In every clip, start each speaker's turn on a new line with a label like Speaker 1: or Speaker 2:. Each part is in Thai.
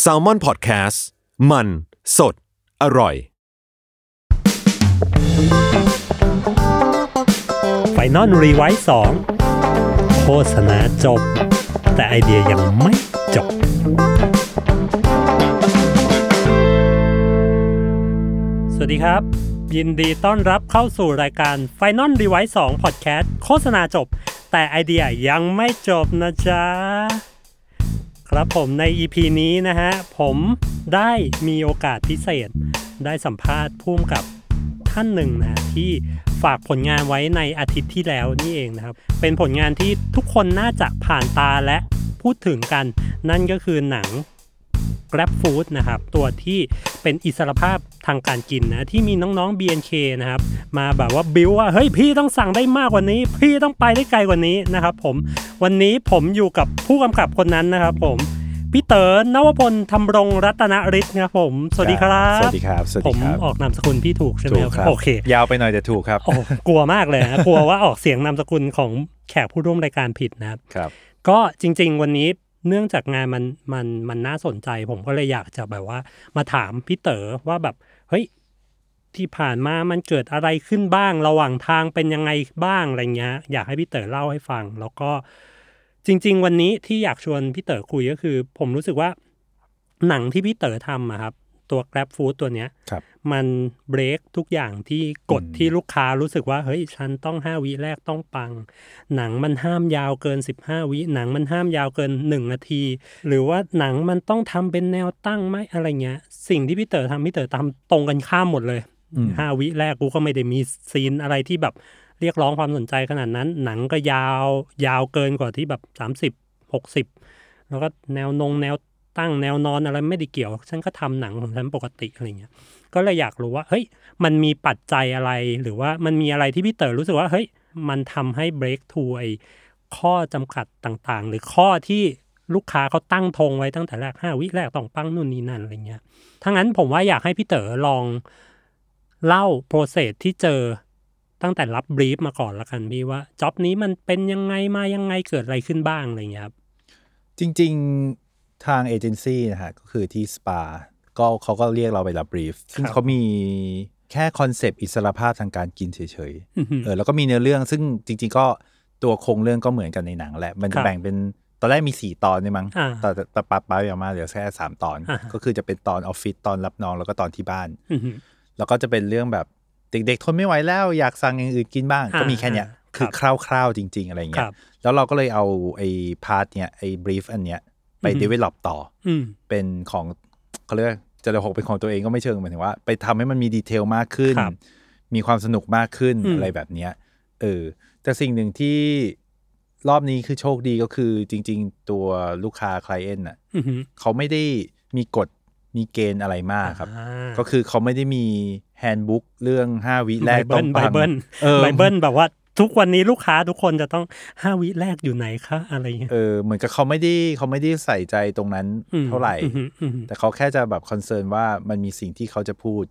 Speaker 1: แซลมอนพอดแคสต์มันสดอร่อย
Speaker 2: ไฟนอลรีไวซ์สองโฆษณาจบ แต่ไอเดียยังไม่จบ สวัสดีครับ ยินดีต้อนรับเข้าสู่รายการ f i n a l r e v i s e 2 Podcast โฆษณาจบ แต่ไอเดียยังไม่จบนะจ๊ะ ครับผมใน EP นี้นะฮะ ผมได้มีโอกาสพิเศษ ได้สัมภาษณ์พุ่มกับ ท่านหนึ่งนะที่ฝากผลงานไว้ในอาทิตย์ที่แล้วนี่เองนะครับ เป็นผลงานที่ทุกคนน่าจะผ่านตาและพูดถึงกัน นั่นก็คือหนัง Grab Food นะครับ ตัวที่เป็นอิสรภาพทางการกินนะ ที่มีน้องๆ BNK นะครับ มาแบบว่าบิวว่า เฮ้ย พี่ต้องสั่งได้มากกว่านี้ พี่ต้องไปได้ไกลกว่านี้นะครับผมวันนี้ผมอยู่กับผู้กำกับคนนั้นนะครับผมพี่เต๋อนวพลทำรงรัตนฤทธิ์นะครับผมสวัสดีครับ
Speaker 3: สวัสดีครับ สวัส
Speaker 2: ผ
Speaker 3: ดี
Speaker 2: ม
Speaker 3: ครับ
Speaker 2: ออกนามสกุลพี่ถูกใช่ไหม
Speaker 3: ถูก
Speaker 2: ค
Speaker 3: ค
Speaker 2: รั
Speaker 3: รั
Speaker 2: บบ โอเค
Speaker 3: ยาวไปหน่อยจะถูกครับ
Speaker 2: โอ้กลัวมากเลยนะ กลัวว่าออกเสียงนามสกุลของแขกผู้ร่วมรายการผิดนะครับ
Speaker 3: ครับ
Speaker 2: ก็จริง ๆ วันนี้เนื่องจากงานมันมันมันน่าสนใจ ผมก็เลยอยากจะแบบว่า มาถามพี่เต๋อว่าแบบเฮ้ยที่ผ่านมามันเกิดอะไรขึ้นบ้างระหว่างทางเป็นยังไงบ้างอะไรเงี้ยอยากให้พี่เต๋อเล่าให้ฟัง แล้วก็จริง ๆ วันนี้ที่อยากชวนพี่เต๋อคุยก็คือ ผมรู้สึกว่า หนังที่พี่เต๋อทำอะครับ ตัว Grab Food ตัวเนี้ย
Speaker 3: ครับ
Speaker 2: มันเบรกทุกอย่างที่กฎ
Speaker 3: อืม
Speaker 2: ที่ลูกค้ารู้สึกว่าเฮ้ยฉันต้อง 5 วิแรกต้องปัง หนังมันห้ามยาวเกิน 15 วิหนังมันห้ามยาวเกิน 1 นาที หรือว่าหนังมันต้องทำเป็นแนวตั้งไหมอะไรเงี้ย สิ่งที่พี่เต๋อทำพี่เต๋อทำตรงกันข้ามหมดเลย
Speaker 3: อืม
Speaker 2: ห้าวิแรกกูก็ไม่ได้มีซีนอะไรที่แบบเรียกร้องความสนใจขนาดนั้น หนังก็ยาวยาวเกินกว่าที่แบบสามสิบหกสิบแล้วก็แนวนงแนวตั้งแนวนอนอะไรไม่ได้เกี่ยว ฉันก็ทำหนังของฉันปกติอะไรเงี้ยก็เลยอยากรู้ว่าเฮ้ยมันมีปัจจัยอะไรหรือว่ามันมีอะไรที่พี่เต๋อรู้สึกว่าเฮ้ยมันทำให้ break t h r o u g h ไอข้อจำกัดต่างๆ หรือข้อที่ลูกค้าเขาตั้งธงไว้ตั้งแต่แรกห้าวิแรกต้องปั้งนู่นนี่นั่นอะไรเงี้ย ทั้างนั้นผมว่าอยากให้พี่เต๋อลองเล่าโปรเซสที่เจอตั้งแต่รับบรีฟมาก่อนละกันพี่ว่าจ็อบนี้มันเป็นยังไงมายังไงเกิดอะไรขึ้นบ้างอะไรอย่างเงี้ยครับ
Speaker 3: จริง ๆ ทางเอเจนซี่นะฮะ ก็คือที่สปา ก็เขาก็เรียกเราไปรับบรีฟ ซึ่ง
Speaker 2: ครับ
Speaker 3: เขามีแค่คอนเซปต์อิสรภาพทางการกินเฉย
Speaker 2: อื้อหื
Speaker 3: ๆ
Speaker 2: อ
Speaker 3: เออ แล้วก็มีเนื้อเรื่อง ซึ่งจริง ๆ ก็ตัวโครงเรื่องก็เหมือนกันในหนังแหละ มัน
Speaker 2: ครั
Speaker 3: จะ
Speaker 2: บ
Speaker 3: แบ่งเป็น ตอนแรกมี 4 ตอนเนี่ยมั้ง
Speaker 2: อ่า
Speaker 3: แต่แต่ปรับไปออกมาเหลือแค่สามตอน
Speaker 2: อ่า
Speaker 3: ก็คือจะเป็นตอนออฟฟิศ ตอนรับน้อง แล้วก็ตอนที่บ้าน
Speaker 2: อื้อหือ
Speaker 3: แล้วก็จะเป็นเรื่องแบบเด็กๆ ทนไม่ไหวแล้วอยากสั่งอย่างอื่นกินบ้าง
Speaker 2: อ่า
Speaker 3: ก็มีแค่เนี้ย
Speaker 2: อ่า
Speaker 3: คือ
Speaker 2: ครับ
Speaker 3: คร่าวๆจริง ๆ อะไร
Speaker 2: ค
Speaker 3: เงี้
Speaker 2: รั
Speaker 3: ย
Speaker 2: บ
Speaker 3: แล้วเราก็เลยเอาไอ้พาร์ทเนี้ยไอ้บรีฟอันเนี้ยไป
Speaker 2: อือฮึ
Speaker 3: develop ต่อ
Speaker 2: อืม
Speaker 3: เป็นของเขาเรียกว่าจะเรียกหกเป็นของตัวเองก็ไม่เชิงหมายถึงว่า ไปทำให้มันมีดีเทลมากขึ้น
Speaker 2: ครับ
Speaker 3: มีความสนุกมากขึ้น
Speaker 2: อืม
Speaker 3: อะไรแบบเนี้ยเออแต่สิ่งหนึ่งที่รอบนี้คือโชคดีก็คือจริง ๆ ตัวลูกค้าคลเอนน่ะ
Speaker 2: อื้อหือ
Speaker 3: เขาไม่ได้มีกฎมีเกณฑ์อะไรมากครับ
Speaker 2: อ่า
Speaker 3: ก็คือเขาไม่ได้มีแฮนด์บุ๊กเรื่อง 5 วิแรก
Speaker 2: ไบ
Speaker 3: ต้
Speaker 2: เบิ
Speaker 3: อ
Speaker 2: ล
Speaker 3: ง
Speaker 2: ไบ
Speaker 3: ปัง
Speaker 2: เบิล
Speaker 3: เออ
Speaker 2: ไบเบิลแบบว่าทุกวันนี้ลูกค้าทุกคนจะต้องห้าวิแรกอยู่ไหนคะอะไรอย่างเงี้ย
Speaker 3: เออเหมือนกับเขาไม่ได้เขาไม่ได้ใส่ใจตรงนั้น
Speaker 2: ม
Speaker 3: เท่าไหร่
Speaker 2: อื้อหืออื้อหือ
Speaker 3: แต่เขาแค่จะแบบคอนเซิร์นว่ามันมีสิ่งที่เขาจะพูด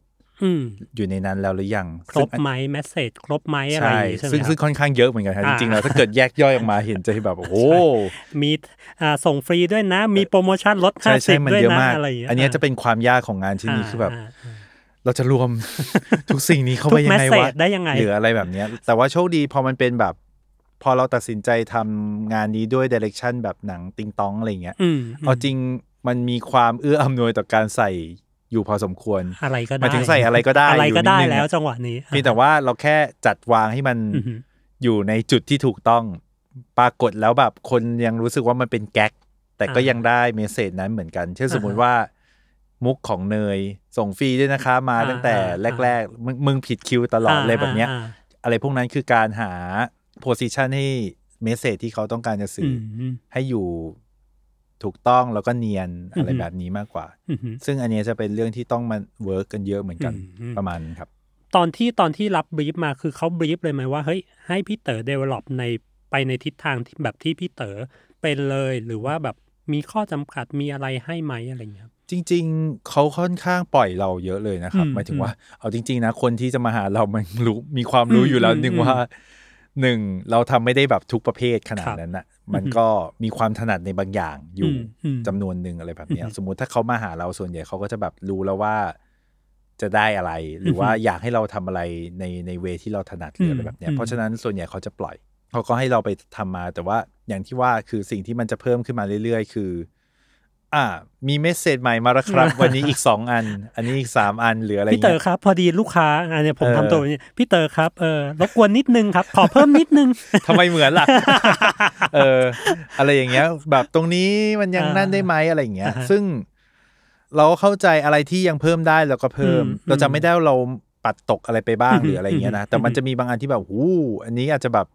Speaker 2: อืม
Speaker 3: อยู่ในนั้นแล้วหรือยัง
Speaker 2: ครบไหมแมสเซจครบไหมอะไรอ
Speaker 3: ใช่
Speaker 2: ย่างงี้ใช่ไหม
Speaker 3: ซึ่ง
Speaker 2: ค
Speaker 3: ซึ่
Speaker 2: รับ
Speaker 3: งค่อนข้างเยอะเหมือนกันครับ
Speaker 2: อ่า
Speaker 3: จริงๆแล้วถ้าเกิดแยกย่อยออกมาเห็ นจะแบบโอ้โห
Speaker 2: ใช่ มีอ่าส่งฟรีด้วยนะ มีโปรโมชั่นลดห้า
Speaker 3: ใช่
Speaker 2: สิ
Speaker 3: ใช่
Speaker 2: บ
Speaker 3: มัน
Speaker 2: ด้วย
Speaker 3: เยอะ
Speaker 2: นะ
Speaker 3: มาก
Speaker 2: อะไรอย่างเงี้ย
Speaker 3: อันเนี้ยจะเป็นความยากของงานชิ้นนี้
Speaker 2: า
Speaker 3: คือแบบ
Speaker 2: าอ่า
Speaker 3: เราจะรวม ทุกสิ่งนี้เข้าไป
Speaker 2: ทุก
Speaker 3: ยังไง
Speaker 2: message
Speaker 3: วะ
Speaker 2: ได้ยังไง
Speaker 3: หรืออะไรแบบเนี้ย แต่ว่าโชคดีพอมันเป็นแบบ พอเราตัดสินใจทำงานนี้ด้วยเดเร t ชันแบบหนังติงตองอะไรเงี้ย
Speaker 2: อืมม
Speaker 3: เอาจริงมันมีความเอื้ออำนวยต่อการใส่อยู่พอสมควร
Speaker 2: อะไรก็ได้
Speaker 3: หมายถึงใส่อะไรก็ได้
Speaker 2: อะไรก็ได้
Speaker 3: อยู่นิดนึงอะ
Speaker 2: แล้วจังหวะนี้
Speaker 3: เพียงแต่ว่าเราแค่จัดวางให้มัน
Speaker 2: อือหือ
Speaker 3: อยู่ในจุดที่ถูกต้อง ปรากฏแล้วแบบคนยังรู้สึกว่ามันเป็นแก๊ก แต่ก็
Speaker 2: อ่ายั
Speaker 3: ยังได้เมสเซจนั้นเหมือนกัน เช่น
Speaker 2: อ่าฮะ
Speaker 3: สมมุติว่า มุกของเนยส่งฟรีด้วยนะคะ มา
Speaker 2: อ่า
Speaker 3: ตั้งแต่
Speaker 2: อ่าอ่า
Speaker 3: แรกๆมึงมึงผิดคิวตลอดเลยแบบเนี้ย
Speaker 2: อ่า
Speaker 3: อะไรพวกนั้นคือการหาโพ i ิชันให้เมสเซจที่เขาต้องการจะ
Speaker 2: อื
Speaker 3: สื่ออ
Speaker 2: ม
Speaker 3: ให้อยู่ ถูกต้องแล้วก็เนียนอะไร
Speaker 2: อือหือ
Speaker 3: แบบนี้มากกว่า
Speaker 2: อือหือ
Speaker 3: ซึ่งอันเนี้ยจะเป็นเรื่องที่ต้องมาเวิร์กกันเยอะเหมือนกัน
Speaker 2: อืม
Speaker 3: ประมาณนั้นครับ
Speaker 2: ตอนที่ตอนที่รับบรีฟมาคือเขาบรีฟเลยไหมว่าเฮ้ยให้พี่เต๋อเดเวล็อปในไปในทิศทางที่แบบที่พี่เต๋อเป็นเลยหรือว่าแบบมีข้อจำกัดมีอะไรให้ไหมอะไรเงี้ยครับ
Speaker 3: จริง ๆเขาค่อนข้างปล่อยเราเยอะเลยนะครับ
Speaker 2: อืม
Speaker 3: หมายถึ
Speaker 2: อื
Speaker 3: ง
Speaker 2: ม
Speaker 3: ว่า เอาจริง ๆ นะ คนที่จะมาหาเรามันรู้มีความรู้
Speaker 2: อืม
Speaker 3: อยู่แล้ว
Speaker 2: อืม
Speaker 3: หนึ่ง
Speaker 2: อืม
Speaker 3: ว่าหนึ่งเราทำไม่ได้แบบทุกประเภทขนาด
Speaker 2: ครับ
Speaker 3: นั้นนะมันก็มีความถนัดในบางอย่างอยู่
Speaker 2: อืมอืม
Speaker 3: จำนวนหนึ่งอะไรแบบเนี้ย
Speaker 2: อืม
Speaker 3: สมมุติถ้าเขามาหาเราส่วนใหญ่เขาก็จะแบบรู้แล้วว่าจะได้อะไร หรือว่า
Speaker 2: อืม
Speaker 3: อยากให้เราทำอะไรในในเวที่เราถนัดหรืออะไรแบบเนี้ย
Speaker 2: อืม
Speaker 3: เพราะฉะนั้นส่วนใหญ่เขาจะปล่อยเขาก็ให้เราไปทำมา แต่ว่าอย่างที่ว่าคือสิ่งที่มันจะเพิ่มขึ้นมาเรื่อย ๆ คือ อ่า มีเมสเซจใหม่มาแล้วครับ วันนี้อีกสองอัน อันนี้อีกสามอันเหลืออะไร
Speaker 2: พี่เต๋อ
Speaker 3: เงี้ย
Speaker 2: ครับ พอดีลูกค้าอันเนี้ยผม
Speaker 3: เออ
Speaker 2: ทำตัวแบบนี้พี่เต๋อครับเออรบกวนนิดนึงครับ ขอเพิ่มนิด นึง
Speaker 3: ทำไมเหมือนล่ะ เออ อะไรอย่างเงี้ย แบบตรงนี้มันยัง
Speaker 2: อ่า
Speaker 3: นั่นได้ไหมอะไรอย่างเงี้ย
Speaker 2: อ่าฮะ
Speaker 3: ซึ่งเราเข้าใจอะไรที่ยังเพิ่มได้เราก็เพิ่ม
Speaker 2: อืม
Speaker 3: เราจะไม่ได้ว่าเราปัดตกอะไรไปบ้าง
Speaker 2: อืม
Speaker 3: หรืออะไรอย่างเงี้ยนะ
Speaker 2: อืม
Speaker 3: แต่มันจะมีบางอันที่แบบหูอันนี้อาจจะแบบ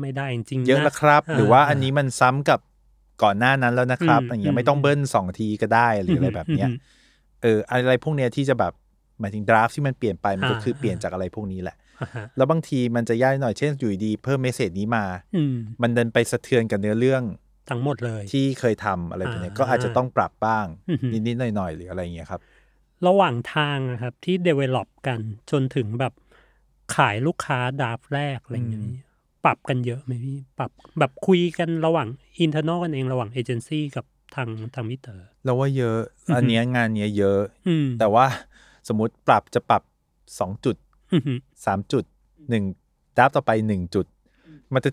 Speaker 2: ไม่ได้จริงๆน
Speaker 3: เยอะละครับ หรือว่าอันนี้มันซ้ำกับก่อนหน้านั้นแล้วนะครับ
Speaker 2: อืม
Speaker 3: อย่างเงี้
Speaker 2: อื
Speaker 3: ย
Speaker 2: ม
Speaker 3: ไม่ต้องเบิ้ลสองทีก็ได้หรืออะไรแบบเนี้ย
Speaker 2: อืม
Speaker 3: เอออะไรพวกเนี้ยที่จะแบบหมายถึงดราฟที่มันเปลี่ยนไปมันก็
Speaker 2: อ่า
Speaker 3: คือเปลี่ยนจากอะไรพวกนี้แหละ
Speaker 2: อ่าฮะ
Speaker 3: แล้วบางทีมันจะยากหน่อยเช่นอยู่ดีๆเพิ่มเมสเซจนี้มา
Speaker 2: อืม
Speaker 3: มันดันไปสะเทือนกับเนื้อเรื่อง
Speaker 2: ทั้งหมดเลย
Speaker 3: ที่เคยทำอะไรแบบเนี้ย
Speaker 2: อ่า
Speaker 3: ก็อาจจะต้องปรับบ้าง
Speaker 2: อือหือ
Speaker 3: นิดๆหน่อยๆหรืออะไรอย่างเงี้ยครับ
Speaker 2: ระหว่างทางอะครับที่ develop กันจนถึงแบบขายลูกค้าดาบแรกอะไรอย่าง
Speaker 3: อืม
Speaker 2: นี้ปรับกันเยอะไหมพี่ปรับแบบคุยกันระหว่าง internal กันเองระหว่างเอเจนซี่กับทางทางมิเตอร์
Speaker 3: เราว่าเยอะ
Speaker 2: อือหืออั
Speaker 3: อันเนี้ยงานเนี้ยเยอะ
Speaker 2: อืม
Speaker 3: แต่ว่าสมมติปรับจะปรับสองจุด
Speaker 2: อือหือ
Speaker 3: สามจุดหนึ่งดราฟต่อไปหนึ่งจุด มันจะ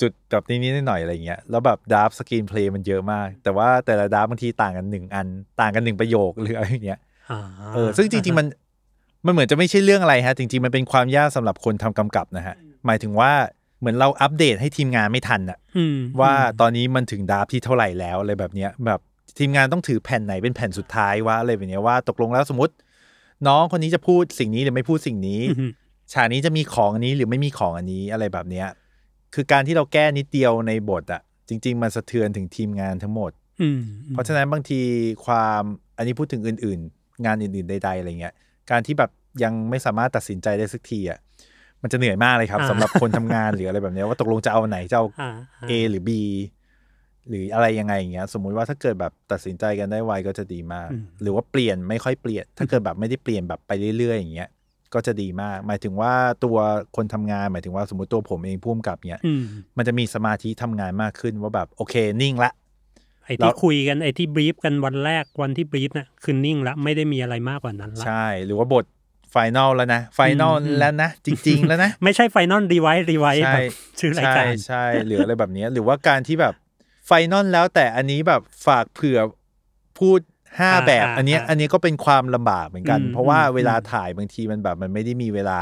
Speaker 3: จุดๆๆๆแบบนี้นิดๆหน่อยๆอะไรเงี้ยแล้วแบบดราฟสกรีนเพลย์มันเยอะมาก แต่ว่าแต่ละดราฟบางทีต่างกันหนึ่งอัน ต่างกันหนึ่งประโยคหรืออะไรอย่างเงี้ย
Speaker 2: อ่า
Speaker 3: เออซึ่งจริง ๆ มันมันเหมือนจะไม่ใช่เรื่องอะไรฮะ จริง ๆ มันเป็นความยากสำหรับคนทำกำกับนะฮะ หมายถึงว่าเหมือนเราอัปเดตให้ทีมงานไม่ทันอะ
Speaker 2: อืม
Speaker 3: ว่า
Speaker 2: อืม
Speaker 3: ตอนนี้มันถึงดราฟที่เท่าไหร่แล้วอะไรแบบเนี้ยแบบทีมงานต้องถือแผ่นไหนเป็นแผ่นสุดท้ายว่าอะไรแบบเนี้ยว่าตกลงแล้วสมมติ น้องคนนี้จะพูดสิ่งนี้หรือไม่พูดสิ่งนี้
Speaker 2: อืม
Speaker 3: ฉากนี้จะมีของอันนี้หรือไม่มีของอันนี้อะไรแบบเนี้ยคือการที่เราแก้นิดเดียวในบทอะจริง ๆ มันสะเทือนถึงทีมงานทั้งหมด
Speaker 2: อืม
Speaker 3: เพราะฉะนั้นบางทีความอันนี้พูดถึงอื่น ๆ งานอื่น ๆ ใด ๆ อะไรเงี้ย การที่แบบยังไม่สามารถตัดสินใจได้สักทีอ่ะมันจะเหนื่อยมากเลยครับสำหรับคนทำงาน หรืออะไรแบบเนี้ยว่าตกลงจะเอาไหนจะเอา
Speaker 2: อ่า
Speaker 3: A หรือ B หรืออะไรยังไงอย่างเงี้ย สมมุติว่าถ้าเกิดแบบตัดสินใจกันได้ไวก็จะดีมาก
Speaker 2: อืม
Speaker 3: หรือว่าเปลี่ยนไม่ค่อยเปลี่ยน ถ้าเกิดแบบไม่ได้เปลี่ยนแบบไปเรื่อย ๆ อย่างเงี้ยก็จะดีมาก หมายถึงว่าตัวคนทำงานหมายถึงว่าสมมติตัวผมเองพุ่มกับเนี้ย
Speaker 2: อืม
Speaker 3: มันจะมีสมาธิทำงานมากขึ้นว่าแบบโอเคนิ่งละ
Speaker 2: ไอ้ที่
Speaker 3: เรา
Speaker 2: คุยกันไอ้ที่บรีฟกันวันแรกวันที่บรีฟน่ะคือนิ่งละไม่ได้มีอะไรมากกว่านั้นละ
Speaker 3: ใช่ หรือว่าบทไฟนอลแล้วนะไฟนอล
Speaker 2: อืมอืม
Speaker 3: แล้วนะ จริง ๆ แล้วนะ
Speaker 2: ไม่ใช่ไฟนอลรีไวซ์รีไวซ์
Speaker 3: ใช่
Speaker 2: แบบชื่อราย
Speaker 3: ใช่
Speaker 2: การ
Speaker 3: ใช่ หรืออะไรแบบเนี้ยหรือว่าการที่แบบไฟนอลแล้วแต่อันนี้แบบฝากเผื่อพูดห้า
Speaker 2: อ่า
Speaker 3: แบบอันเนี้ย
Speaker 2: อ่า
Speaker 3: อันนี้ก็เป็นความลำบากเหมือนกัน
Speaker 2: อืม
Speaker 3: เพราะว่า
Speaker 2: อืม
Speaker 3: เวลาถ่ายบางทีมันแบบมันไม่ได้มีเวลา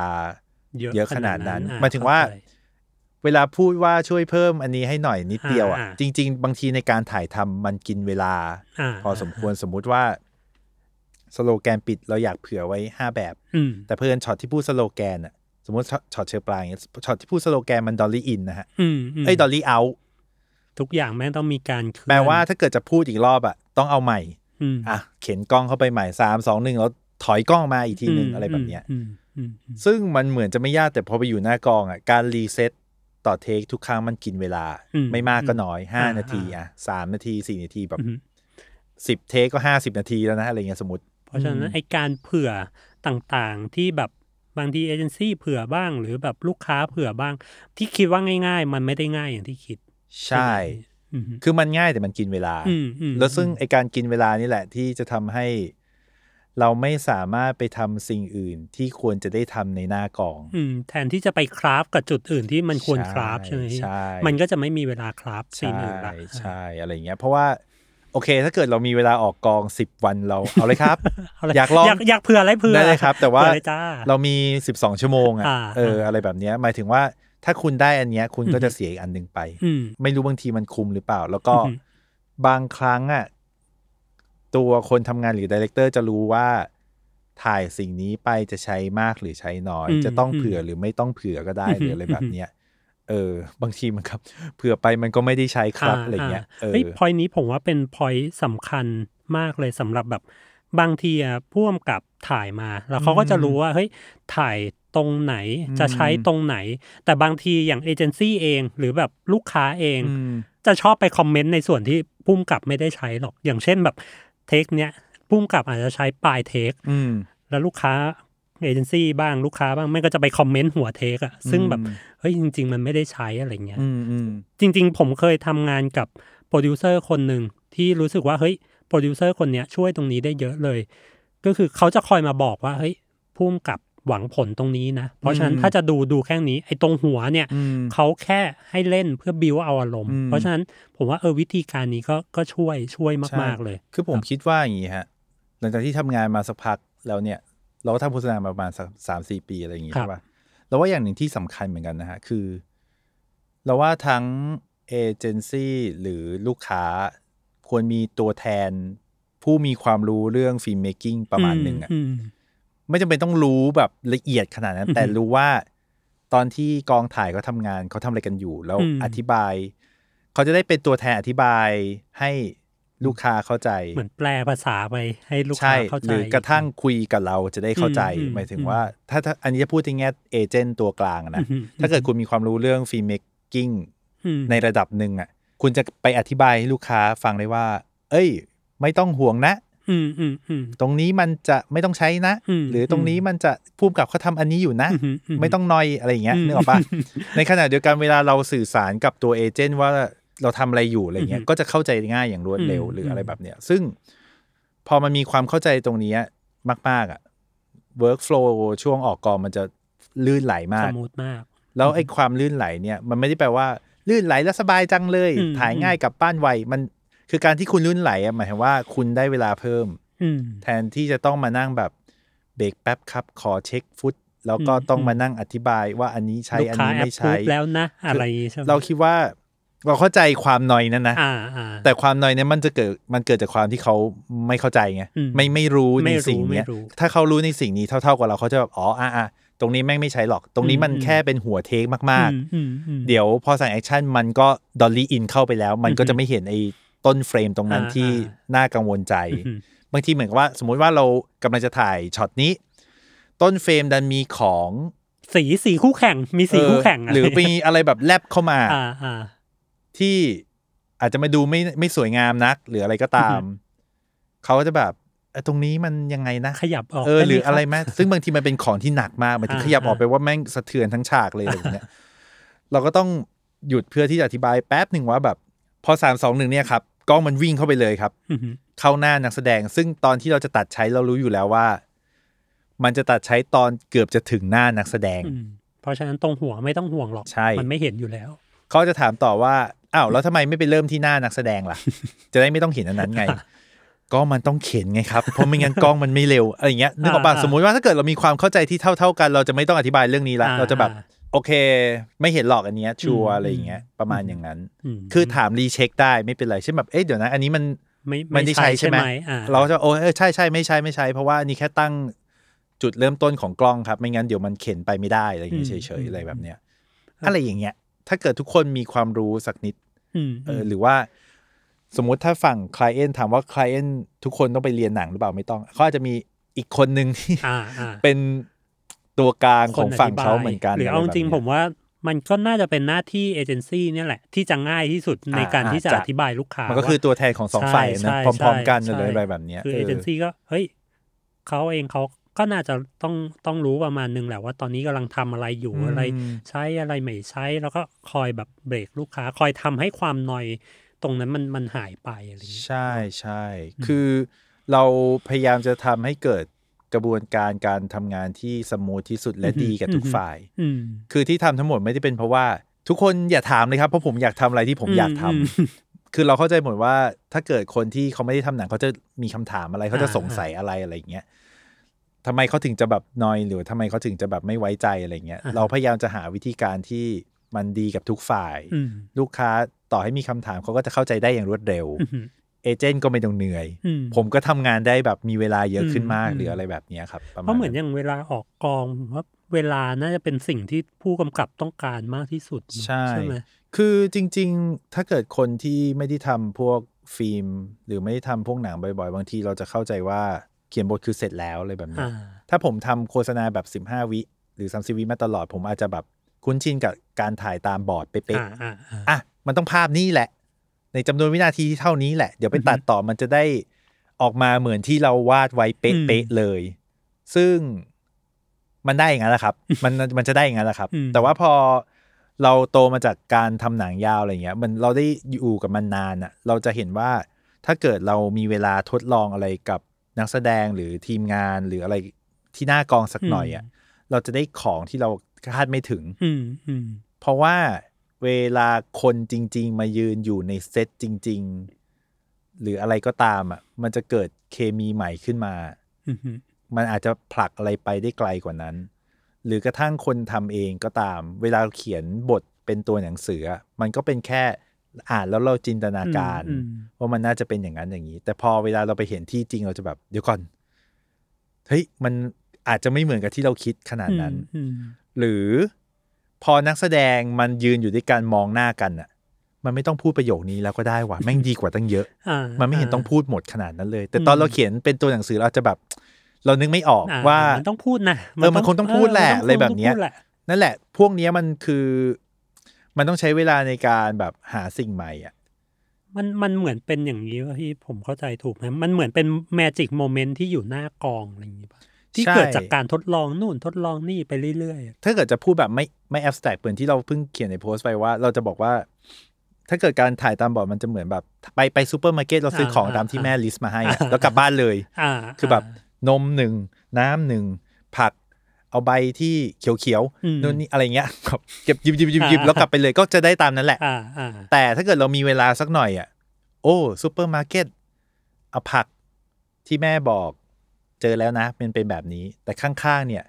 Speaker 3: เยอะขนาดนั้น
Speaker 2: อ่
Speaker 3: หมายถึงว่า
Speaker 2: เข้ใจ
Speaker 3: เวลาพูดว่าช่วยเพิ่มอันนี้ให้หน่อยนิดเดียวอ่ะ
Speaker 2: อ่าอ่า
Speaker 3: จริง ๆ บางทีในการถ่ายทำมันกินเวลา
Speaker 2: อา
Speaker 3: พอสมควรสมมุติว่า สโลแกนปิดเราอยากเผื่อไว้ห้าแบบ
Speaker 2: อืม
Speaker 3: แต่เพื่อนช็อตที่พูดสโลแกนอะสมมติช็อตช็อตเชอร์ปลายอย่างเงี้ยช็อตที่พูดสโลแกนมันดอลลี่อินนะฮะ
Speaker 2: อืมอืม
Speaker 3: ไอ้ดอลลี่เอา
Speaker 2: ทุกอย่างแม่งต้องมีการเคลื่อน
Speaker 3: แปลว่าถ้าเกิดจะพูดอีกรอบอะต้องเอาใหม่
Speaker 2: อืม
Speaker 3: อ่ะเข็นกล้องเข้าไปใหม่สามสองหนึ่งแล้วถอยกล้องมาอีกทีหนึ่งอะไรแบบเนี้ย
Speaker 2: อืมอืมอืม
Speaker 3: ซึ่งมันเหมือนจะไม่ยากแต่พอไปอยู่หน้ากองอะการรีเซ็ตต่อเทคทุกครั้งมันกินเวลา ไม่มากก็น้อยห้านาทีอ่ะสามนาทีสี่นาทีแบบ
Speaker 2: อืม
Speaker 3: สิบเทคก็ห้าสิบนาทีแล้วนะอะไรเงี้ยสมมติ
Speaker 2: เพราะฉะนั้นไอการเผื่อต่างๆที่แบบบางทีเอเจนซี่เผื่อบ้าง หรือแบบลูกค้าเผื่อบ้าง ที่คิดว่าง่าย ๆ มันไม่ได้ง่ายอย่างที่คิด
Speaker 3: ใช่
Speaker 2: อืม
Speaker 3: คือมันง่ายแต่มันกินเวลา
Speaker 2: อืมอืม
Speaker 3: แล้วซึ่งไอการกินเวลานี่แหละที่จะทำให้ เราไม่สามารถไปทำสิ่งอื่นที่ควรจะได้ทำในหน้ากอง
Speaker 2: อืมแทนที่จะไปคราฟกับจุดอื่นที่มันควรคราฟใช่ไหม
Speaker 3: ใช่
Speaker 2: มันก็จะไม่มีเวลาคราฟซี
Speaker 3: ใช่
Speaker 2: นอื่นละ
Speaker 3: ใช่อะไรอย่างเงี้ย เพราะว่า โอเค ถ้าเกิดเรามีเวลาออกกองสิบวันเรา เอาเลยครับ
Speaker 2: เละ
Speaker 3: อยากลอง
Speaker 2: อยากอยากเผื่ออะไรเผื่อ
Speaker 3: ได้เลยครับ แต่ว่า
Speaker 2: เผื่อเลยจ้า
Speaker 3: เรามีสิบสองชั่วโมงอะ
Speaker 2: อ่า
Speaker 3: เออ อะไรแบบเนี้ยหมายถึงว่าถ้าคุณได้อันเนี้ย คุณก็จะเสียอีกอันหนึ่งไป
Speaker 2: อืม
Speaker 3: ไม่รู้บางทีมันคุมหรือเปล่า แล้วก็
Speaker 2: อือหือ
Speaker 3: บางครั้งอ่ะตัวคนทำงานหรือดีเลกเตอร์จะรู้ว่าถ่ายสิ่งนี้ไปจะใช้มากหรือใช้น้อย
Speaker 2: อืม
Speaker 3: จะต้อง
Speaker 2: อืม
Speaker 3: เผื่อหรือไม่ต้องเผื่อก็ได้
Speaker 2: อือหือ
Speaker 3: หรืออะไรแบบเนี้ย เออ บางทีมันครับ เผื่อไปมันก็ไม่ได้ใช้ครับ
Speaker 2: า
Speaker 3: อะไรเงี้ย
Speaker 2: า
Speaker 3: เออ
Speaker 2: เฮ้ยพอยนี้ผมว่าเป็นพอยสำคัญมากเลยสำหรับแบบบางทีอะพ่วมกับถ่ายมา แล้วเขาก็จะรู้ว่าเฮ้ยถ่ายตรงไหนจะใช้ตรงไหน แต่บางทีอย่างเอเจนซี่เอง หรือแบบลูกค้าเอง
Speaker 3: อืม
Speaker 2: จะชอบไปคอมเมนต์ในส่วนที่พุ่มกับไม่ได้ใช้หรอก อย่างเช่นแบบเทคเนี้ยพุ่มกับอาจจะใช้ปลายเทค
Speaker 3: อืม
Speaker 2: แล้วลูกค้าเอเจนซี่บ้างลูกค้าบ้างแม่งก็จะไปคอมเมนต์หัวเทคอะซึ่งแบบ
Speaker 3: อืม
Speaker 2: เฮ้ยจริง ๆ มันไม่ได้ใช้อะไรเงี้ย
Speaker 3: อืมอืม
Speaker 2: จริงๆ ผมเคยทำงานกับโปรดิวเซอร์คนหนึ่งที่รู้สึกว่าเฮ้ยโปรดิวเซอร์คนเนี้ยช่วยตรงนี้ได้เยอะเลย ก็คือเขาจะคอยมาบอกว่าเฮ้ยพุ่มกับหวังผลตรงนี้นะ เพราะฉะนั้นถ้าจะดูดูแค่นี้ไอ้ตรงหัวเนี่ย
Speaker 3: อืม
Speaker 2: เขาแค่ให้เล่นเพื่อบิวเอาอารมณ์
Speaker 3: อืม
Speaker 2: เพราะฉะนั้นผมว่าเออวิธีการนี้ก็ก็ช่วยช่วยมาก ๆ เลย
Speaker 3: คือผมคิดว่าอย่างนี้ฮะ หลังจากที่ทำงานมาสักพักแล้วเนี่ย เราก็ทำโฆษณามาประมาณสักสามสี่ปีอะไรอย่าง
Speaker 2: ค
Speaker 3: งี้
Speaker 2: รับ
Speaker 3: ใช่ปะเราว่าอย่างหนึ่งที่สำคัญเหมือนกันนะฮะ คือ เราว่าทั้งเอเจนซี่หรือลูกค้าควรมีตัวแทน ผู้มีความรู้เรื่องฟิล์มเมกิ่งประมาณหนึ่งอะ
Speaker 2: ม
Speaker 3: ไม่จำเป็นต้องรู้แบบละเอียดขนาดนั้น
Speaker 2: อือฮึ
Speaker 3: แต่รู้ว่าตอนที่กองถ่ายเขาทำงานเขาทำอะไรกันอยู่ แล้ว
Speaker 2: อืม
Speaker 3: อธิบาย เขาจะได้เป็นตัวแทนอธิบายให้ลูกค้าเข้าใจ
Speaker 2: เหมือนแปลภาษาไปให้ลูก
Speaker 3: ใช่
Speaker 2: ค้าเข้าใจ
Speaker 3: หรือกระทั่งคุยกับเราจะได้เข้าใจ
Speaker 2: อืมอืม
Speaker 3: หมายถึง
Speaker 2: อืม
Speaker 3: ว่า ถ้าถ้าอันนี้จะพูดในแง่เอเจนต์ตัวกลางอะนะ
Speaker 2: อือฮึ
Speaker 3: ถ้าเกิดคุณมีความรู้เรื่องฟิล์มเมกกิ้ง
Speaker 2: อืม
Speaker 3: ในระดับหนึ่งอ่ะ คุณจะไปอธิบายให้ลูกค้าฟังได้ว่า เอ้ย ไม่ต้องห่วงนะ
Speaker 2: อืมอืมอืม
Speaker 3: ตรงนี้มันจะไม่ต้องใช้นะ
Speaker 2: อืม
Speaker 3: หรือตรงนี้มันจะพูมกับเขาทำอันนี้อยู่นะ
Speaker 2: อือหืออือหือ
Speaker 3: ไม่ต้องนอยอะไรอย่างเงี้ย
Speaker 2: อืม
Speaker 3: นึกออกปะ ในขณะเดียวกันเวลาเราสื่อสารกับตัวเอเจนต์ว่าเราทำอะไรอยู่อะไรเงี้ย ก็จะเข้าใจง่ายอย่างรวดเร็ว
Speaker 2: อืม
Speaker 3: หรืออะไร
Speaker 2: อืม
Speaker 3: แบบเนี้ย ซึ่งพอมันมีความเข้าใจตรงเนี้ยมาก ๆ อ่ะ workflow ช่วงออกกองมันจะลื่นไหลมาก
Speaker 2: สมูทมาก
Speaker 3: แล้วไอ้ความลื่นไหลเนี่ย มันไม่ได้แปลว่า ลื่นไหลแล้วสบายจังเลย
Speaker 2: อืม
Speaker 3: ถ่ายง่ายกลับบ้านไวมันคือการที่คุณลื่นไหลอะหมายความว่าคุณได้เวลาเพิ่ม
Speaker 2: อืม
Speaker 3: แทนที่จะต้องมานั่งแบบเบรกแป๊บครับ ขอเช็คฟุต แล้วก็
Speaker 2: อืม
Speaker 3: ต้อง
Speaker 2: อืม
Speaker 3: มานั่งอธิบายว่าอันนี้ใช้
Speaker 2: ลูก
Speaker 3: อัน
Speaker 2: ค้าแอป
Speaker 3: นี้ไม่
Speaker 2: พู
Speaker 3: ใช้
Speaker 2: ดแล้วนะ อะไรอย่างงี้ใช่ไหม
Speaker 3: เราคิดว่าเราเข้าใจความนอยนั้นนะ
Speaker 2: อ่าอ่า
Speaker 3: แต่ความนอยนั้นมันจะเกิดมันเกิดจากความที่เขาไม่เข้าใจไง
Speaker 2: อืม
Speaker 3: ไม่ไม่รู้ใน
Speaker 2: ไม่รู้
Speaker 3: สิ่งเนี้ย
Speaker 2: ไม่รู้
Speaker 3: ถ้าเขารู้ในสิ่งนี้เท่า ๆกับเราเขาจะแบบอ๋ออ่ะอ่ะตรงนี้แม่งไม่ใช้หรอก ตรงนี้มัน
Speaker 2: อืม
Speaker 3: แค่เป็นหัวเทคมาก
Speaker 2: อื
Speaker 3: ๆ
Speaker 2: มอืมอืม
Speaker 3: เดี๋ยวพอใส่แอคชั่นมันก็ดอลลี่อินเข้าไปแล้ว มันก็จะไม่เห็นไอ้ต้นเฟรมตรงนั้น
Speaker 2: อ่า
Speaker 3: ที่
Speaker 2: อ่
Speaker 3: น่ากังวลใจ
Speaker 2: อือหือบ
Speaker 3: างทีเหมือนกับว่า สมมุติว่าเรากำลังจะถ่ายช็อตนี้ ต้นเฟรมดันมีของ
Speaker 2: สีสีคู่แข่งมีสีคู่แข่งะ
Speaker 3: เออหรือมีอะไรแบบแลบเข้ามา
Speaker 2: อ่าอ่า
Speaker 3: ที่อาจจะมาดูไม่ไม่สวยงามนัก หรืออะไรก็ตาม เขาก็จะแบบเอ้ยตรงนี้มันยังไงนะ
Speaker 2: ขยับออก
Speaker 3: เออ
Speaker 2: ได้
Speaker 3: หรือ
Speaker 2: คบ
Speaker 3: อะไรไหมซึ่งบางทีมันเป็นของที่หนักมากหมายถึง
Speaker 2: อ่า
Speaker 3: ขยับออกไปว่าแม่งสะเทือนทั้งฉากเลยอะไรอย่างเงี้ยเราก็ต้องหยุดเพื่อที่จะอธิบายแป๊บหนึ่งว่าแบบ พอสามสองหนึ่งเนี่ยครับกล้องมันวิ่งเข้าไปเลยครับ
Speaker 2: อือหือ
Speaker 3: เข้าหน้านักแสดง ซึ่งตอนที่เราจะตัดใช้เรารู้อยู่แล้วว่า มันจะตัดใช้ตอนเกือบจะถึงหน้านักแสดง
Speaker 2: อืมเพราะฉะนั้นตรงหัวไม่ต้องห่วงหรอก
Speaker 3: ใช่
Speaker 2: มันไม่เห็นอยู่แล้ว
Speaker 3: เขาจะถามต่อว่า อ้าว แล้วทำไมไม่ไปเริ่มที่หน้านักแสดงล่ะ จะได้ไม่ต้องเห็นอันนั้นไง ก็มันต้องเข็นไงครับ เพราะไม่งั้นกล้องมันไม่เร็ว อะไรอย่างเงี้ย นึกออกปะสมมุติว่าถ้าเกิดเรามีความเข้าใจที่เท่า ๆกัน เราจะไม่ต้องอธิบายเรื่องนี้ละ
Speaker 2: อ่
Speaker 3: เราจะแบบ
Speaker 2: อ่
Speaker 3: โอเค ไม่เห็นหรอกอันเนี้ย ชัวร์อะไรอย่างเงี้ย ประมาณอย่างนั้น
Speaker 2: ม
Speaker 3: คือถามรีเช็คได้ไม่เป็นไร เช่นแบบ เอ๊ะ เดี๋ยวนะ อันนี้มัน
Speaker 2: ไม่
Speaker 3: ไม่ได้ใช้ใช่ไหม
Speaker 2: อ่า
Speaker 3: เราจะโอ้เออใช่ใช่ไม่ใช่ไม่ใช่ เพราะว่านี่แค่ตั้งจุดเริ่มต้นของกล้องครับ ไม่งั้นเดี๋ยวมันเข็นไปไม่ได้อะไรอย่างเงี้ยเฉยๆอะไรแบบเนี้ย อะไรอย่างเงี้ย ถ้าเกิดทุกคนมีความรู้สักนิด
Speaker 2: อืม
Speaker 3: เออหรือว่าสมมุติถ้าฝั่งคลเอนถามว่าคลเอนทุกคนต้องไปเรียนหนังหรือเปล่าไม่ต้องเขาอาจจะมีอีกคนหนึ่งที่
Speaker 2: อ่าอ่า
Speaker 3: เป็นตัวกลางของฝั่ง
Speaker 2: คนธิบย
Speaker 3: เขาเหมือนกัน
Speaker 2: หรือเอาจริง
Speaker 3: ะไแบบนี้ย
Speaker 2: ผมว่ามันก็น่าจะเป็นหน้าที่เอเจนซี่เนี่ยแหละ ที่จะง่ายที่สุดในการ
Speaker 3: อ่า
Speaker 2: ที่จะ
Speaker 3: จะ
Speaker 2: อธิบายลูกค้า
Speaker 3: มั
Speaker 2: มัน
Speaker 3: ก็คือตัวแทนของสองฝ่ายนะพร้อมๆกันเลยอะไรแบบเนี้ย
Speaker 2: คือ
Speaker 3: เอ
Speaker 2: เอ
Speaker 3: อ
Speaker 2: เจนซี่ก็เฮ้ยเขาเองเขาก็น่าจะต้องต้องรู้ประมาณนึงแหละว่าตอนนี้กำลังทำอะไรอยู่
Speaker 3: ม
Speaker 2: อะไร ใช้อะไรไม่ใช้แล้วก็คอยแบบเบรกลูกค้า คอยทำให้ความนอยตรงนั้นมันมันหายไปอะไรอย่างเงี้ย
Speaker 3: ใช่ใช่
Speaker 2: อืม
Speaker 3: คือเราพยายามจะทำให้เกิดกระบวนการการทำงานที่สมูทที่สุดและดีกับทุกฝ่าย
Speaker 2: อืม
Speaker 3: คือที่ทำทั้งหมดไม่ได้เป็นเพราะว่า ทุกคนอย่าถามเลยครับเพราะผมอยากทำอะไรที่ผมอยากทำ
Speaker 2: อืมอืม
Speaker 3: คือเราเข้าใจหมดว่าถ้าเกิดคนที่เขาไม่ได้ทำหนังเขาจะมีคำถามอะไรเขาจะ
Speaker 2: อ่า
Speaker 3: สงสัยอะไรอะไรอย่างเงี้ยทำไมเขาถึงจะแบบนอยหรือทำไมเขาถึงจะแบบไม่ไว้ใจอะไรอย่างเงี้ยเราพยายามจะหาวิธีการที่มันดีกับทุกฝ่าย
Speaker 2: อืม
Speaker 3: ลูกค้าต่อให้มีคำถามเขาก็จะเข้าใจได้อย่างรวดเร็ว
Speaker 2: อืม
Speaker 3: เอเจนต์ก็ไม่ต้องเหนื่อย
Speaker 2: อื
Speaker 3: ผมก็ทำงานได้แบบมีเวลาเยอะขึ้นมาก
Speaker 2: อืม
Speaker 3: หรืออะไรแบบเนี้ยครับประ
Speaker 2: เพ
Speaker 3: มาณ
Speaker 2: ราะเหมือนอ
Speaker 3: นั้น
Speaker 2: ย่างเวลาออกกองผมว่า เวลาน่าจะเป็นสิ่งที่ผู้กำกับต้องการมากที่สุด
Speaker 3: ใช่
Speaker 2: ไหม
Speaker 3: คือจริง ๆ ถ้าเกิดคนที่ไม่ได้ทำพวกฟิล์ม หรือไม่ได้ทำพวกหนังบ่อยๆ บางทีเราจะเข้าใจว่าเขียนบทคือเสร็จแล้วอะไรแบบเนี้ย
Speaker 2: อ่า
Speaker 3: ถ้าผมทำโฆษณาแบบ 15 วิหรือ 30 วิมาตลอด ผมอาจจะแบบคุ้นชินกับการถ่ายตามบอร์ดเป๊ะ
Speaker 2: อ่าอ่าอ่า
Speaker 3: ๆอ่ะมันต้องภาพนี้แหละ ในจำนวนวินาทีที่เท่านี้แหละ เดี๋ยวไป
Speaker 2: อือฮึ
Speaker 3: ตัดต่อมันจะได้ออกมาเหมือนที่เราวาดไว้เป๊
Speaker 2: อื
Speaker 3: ะ
Speaker 2: ม
Speaker 3: ๆเลย ซึ่งมันได้อย่างนั้นแหละครับ มันมันจะได้อย่างนั้นแหละครับ
Speaker 2: อืม
Speaker 3: แต่ว่าพอเราโตมาจากการทำหนังยาวอะไรเงี้ย มันเราได้อยู่กับมันนานอะเราจะเห็นว่าถ้าเกิดเรามีเวลาทดลองอะไรกับนักแสดงหรือทีมงานหรืออะไรที่หน้ากองสักหน่อยอะเราจะได้ของที่เราคาดไม่ถึง
Speaker 2: อืมอืม
Speaker 3: เพราะว่าเวลาคนจริง ๆ มายืนอยู่ในเซตจริง ๆ หรืออะไรก็ตามอ่ะ มันจะเกิดเคมีใหม่ขึ้นมา
Speaker 2: อืมอืม
Speaker 3: มันอาจจะผลักอะไรไปได้ไกลกว่านั้น หรือกระทั่งคนทำเองก็ตาม เวลาเขียนบทเป็นตัวหนังสืออะมันก็เป็นแค่อ่านแล้วเราจินตนาการ
Speaker 2: อืมอืม
Speaker 3: ว่ามันน่าจะเป็นอย่างนั้นอย่างนี้ แต่พอเวลาเราไปเห็นที่จริงเราจะแบบ เดี๋ยวก่อนเฮ้ยมันอาจจะไม่เหมือนกับที่เราคิดขนาดนั้น
Speaker 2: อืม
Speaker 3: หรือพอนักแสดงมันยืนอยู่ด้วยการมองหน้ากันน่ะ มันไม่ต้องพูดประโยคนี้แล้วก็ได้ว่ะ แม่งดีกว่าตั้งเยอะ
Speaker 2: อ่า
Speaker 3: มันไม่เห็นต้องพูดหมดขนาดนั้นเลย แต่ตอนเราเขียนเป็นตัวหนังสือเราจะแบบ เรานึกไม่ออก
Speaker 2: อ่
Speaker 3: ว่า
Speaker 2: นต้องพูดนะ
Speaker 3: เออมันคงต้องพูดแหละ
Speaker 2: เ
Speaker 3: อะไรแบบเนี้ย
Speaker 2: มัคงต้องพูดหละ
Speaker 3: นั่นแหละ พวกเนี้ยมันคือ มันต้องใช้เวลาในการแบบหาสิ่งใหม่อ่ะ
Speaker 2: มันมันเหมือนเป็นอย่างนี้ว่าที่ผมเข้าใจถูกไหมมันเหมือนเป็นแมจิกโมเมนต์ที่อยู่หน้ากองอะไรอย่างนี้ป่ะที่
Speaker 3: ใช่
Speaker 2: เกิดจากการทดลองนู่นทดลองนี่ไปเรื่อย
Speaker 3: ถ้าเกิดจะพูดแบบไม่ไม่แอบสแต็กเหมือนที่เราเพิ่งเขียนในโพสต์ไปว่า เราจะบอกว่า ถ้าเกิดการถ่ายตามบอร์ดมันจะเหมือนแบบ ไปไปซูเปอร์มาร์เก็ตเราซื้อของ
Speaker 2: อ่า
Speaker 3: ตามที่
Speaker 2: อ่า
Speaker 3: แม่ลิสต์มาให้อะ
Speaker 2: อ่า
Speaker 3: แล้วกลับบ้านเลย
Speaker 2: ๆ อ่า
Speaker 3: คือแบบ
Speaker 2: า
Speaker 3: นมหนึ่งน้ำหนึ่งผัก เอาใบที่เขียว
Speaker 2: อืม
Speaker 3: ๆนู่นนี่อะไรเงี้ย ครับเก็บหยิบหยิบหยิบหยิบ
Speaker 2: อ่า
Speaker 3: แล้วกลับไปเลยก็จะได้ตามนั้นแหละ
Speaker 2: อ่าอ่า
Speaker 3: แต่ถ้าเกิดเรามีเวลาสักหน่อยอ่ะ โอ้ซูเปอร์มาร์เก็ตเอาผักที่แม่บอกเจอแล้วนะมันเป็นแบบนี้ แต่ข้างๆเนี่ย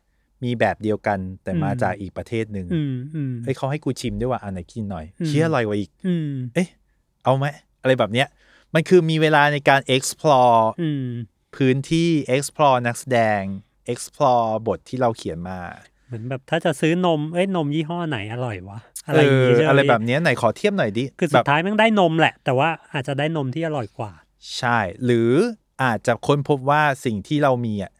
Speaker 3: มีแบบเดียวกันแต่มา
Speaker 2: อืม
Speaker 3: จากอีกประเทศหนึ่ง
Speaker 2: อืมอืม
Speaker 3: เฮ้ยเขาให้กูชิมด้วยว่าอันไหนกินหน่อย
Speaker 2: อืม
Speaker 3: เชี่ยอร่อยกว่าอีก
Speaker 2: อืม
Speaker 3: เอ๊ะ เอาไหมอะไรแบบเนี้ยมันคือมีเวลาในการ explore
Speaker 2: อืม
Speaker 3: พื้นที่ explore นักแสดง explore บทที่เราเขียนมา
Speaker 2: เหมือนแบบถ้าจะซื้อนม เอ้ยนมยี่ห้อไหนอร่อยวะ อะ
Speaker 3: อะไร ไร
Speaker 2: อย่างงี้ใช่ไหม
Speaker 3: อะไรแบบเนี้ยไหนขอเทียบหน่อยดิ
Speaker 2: คือ
Speaker 3: แบ
Speaker 2: สุด
Speaker 3: บ
Speaker 2: ท้ายแมันได้นมแหละ แต่ว่าอาจจะได้นมที่อร่อยกว่า
Speaker 3: ใช่ หรืออาจจะค้นพบว่าสิ่งที่เรามีอ่ะ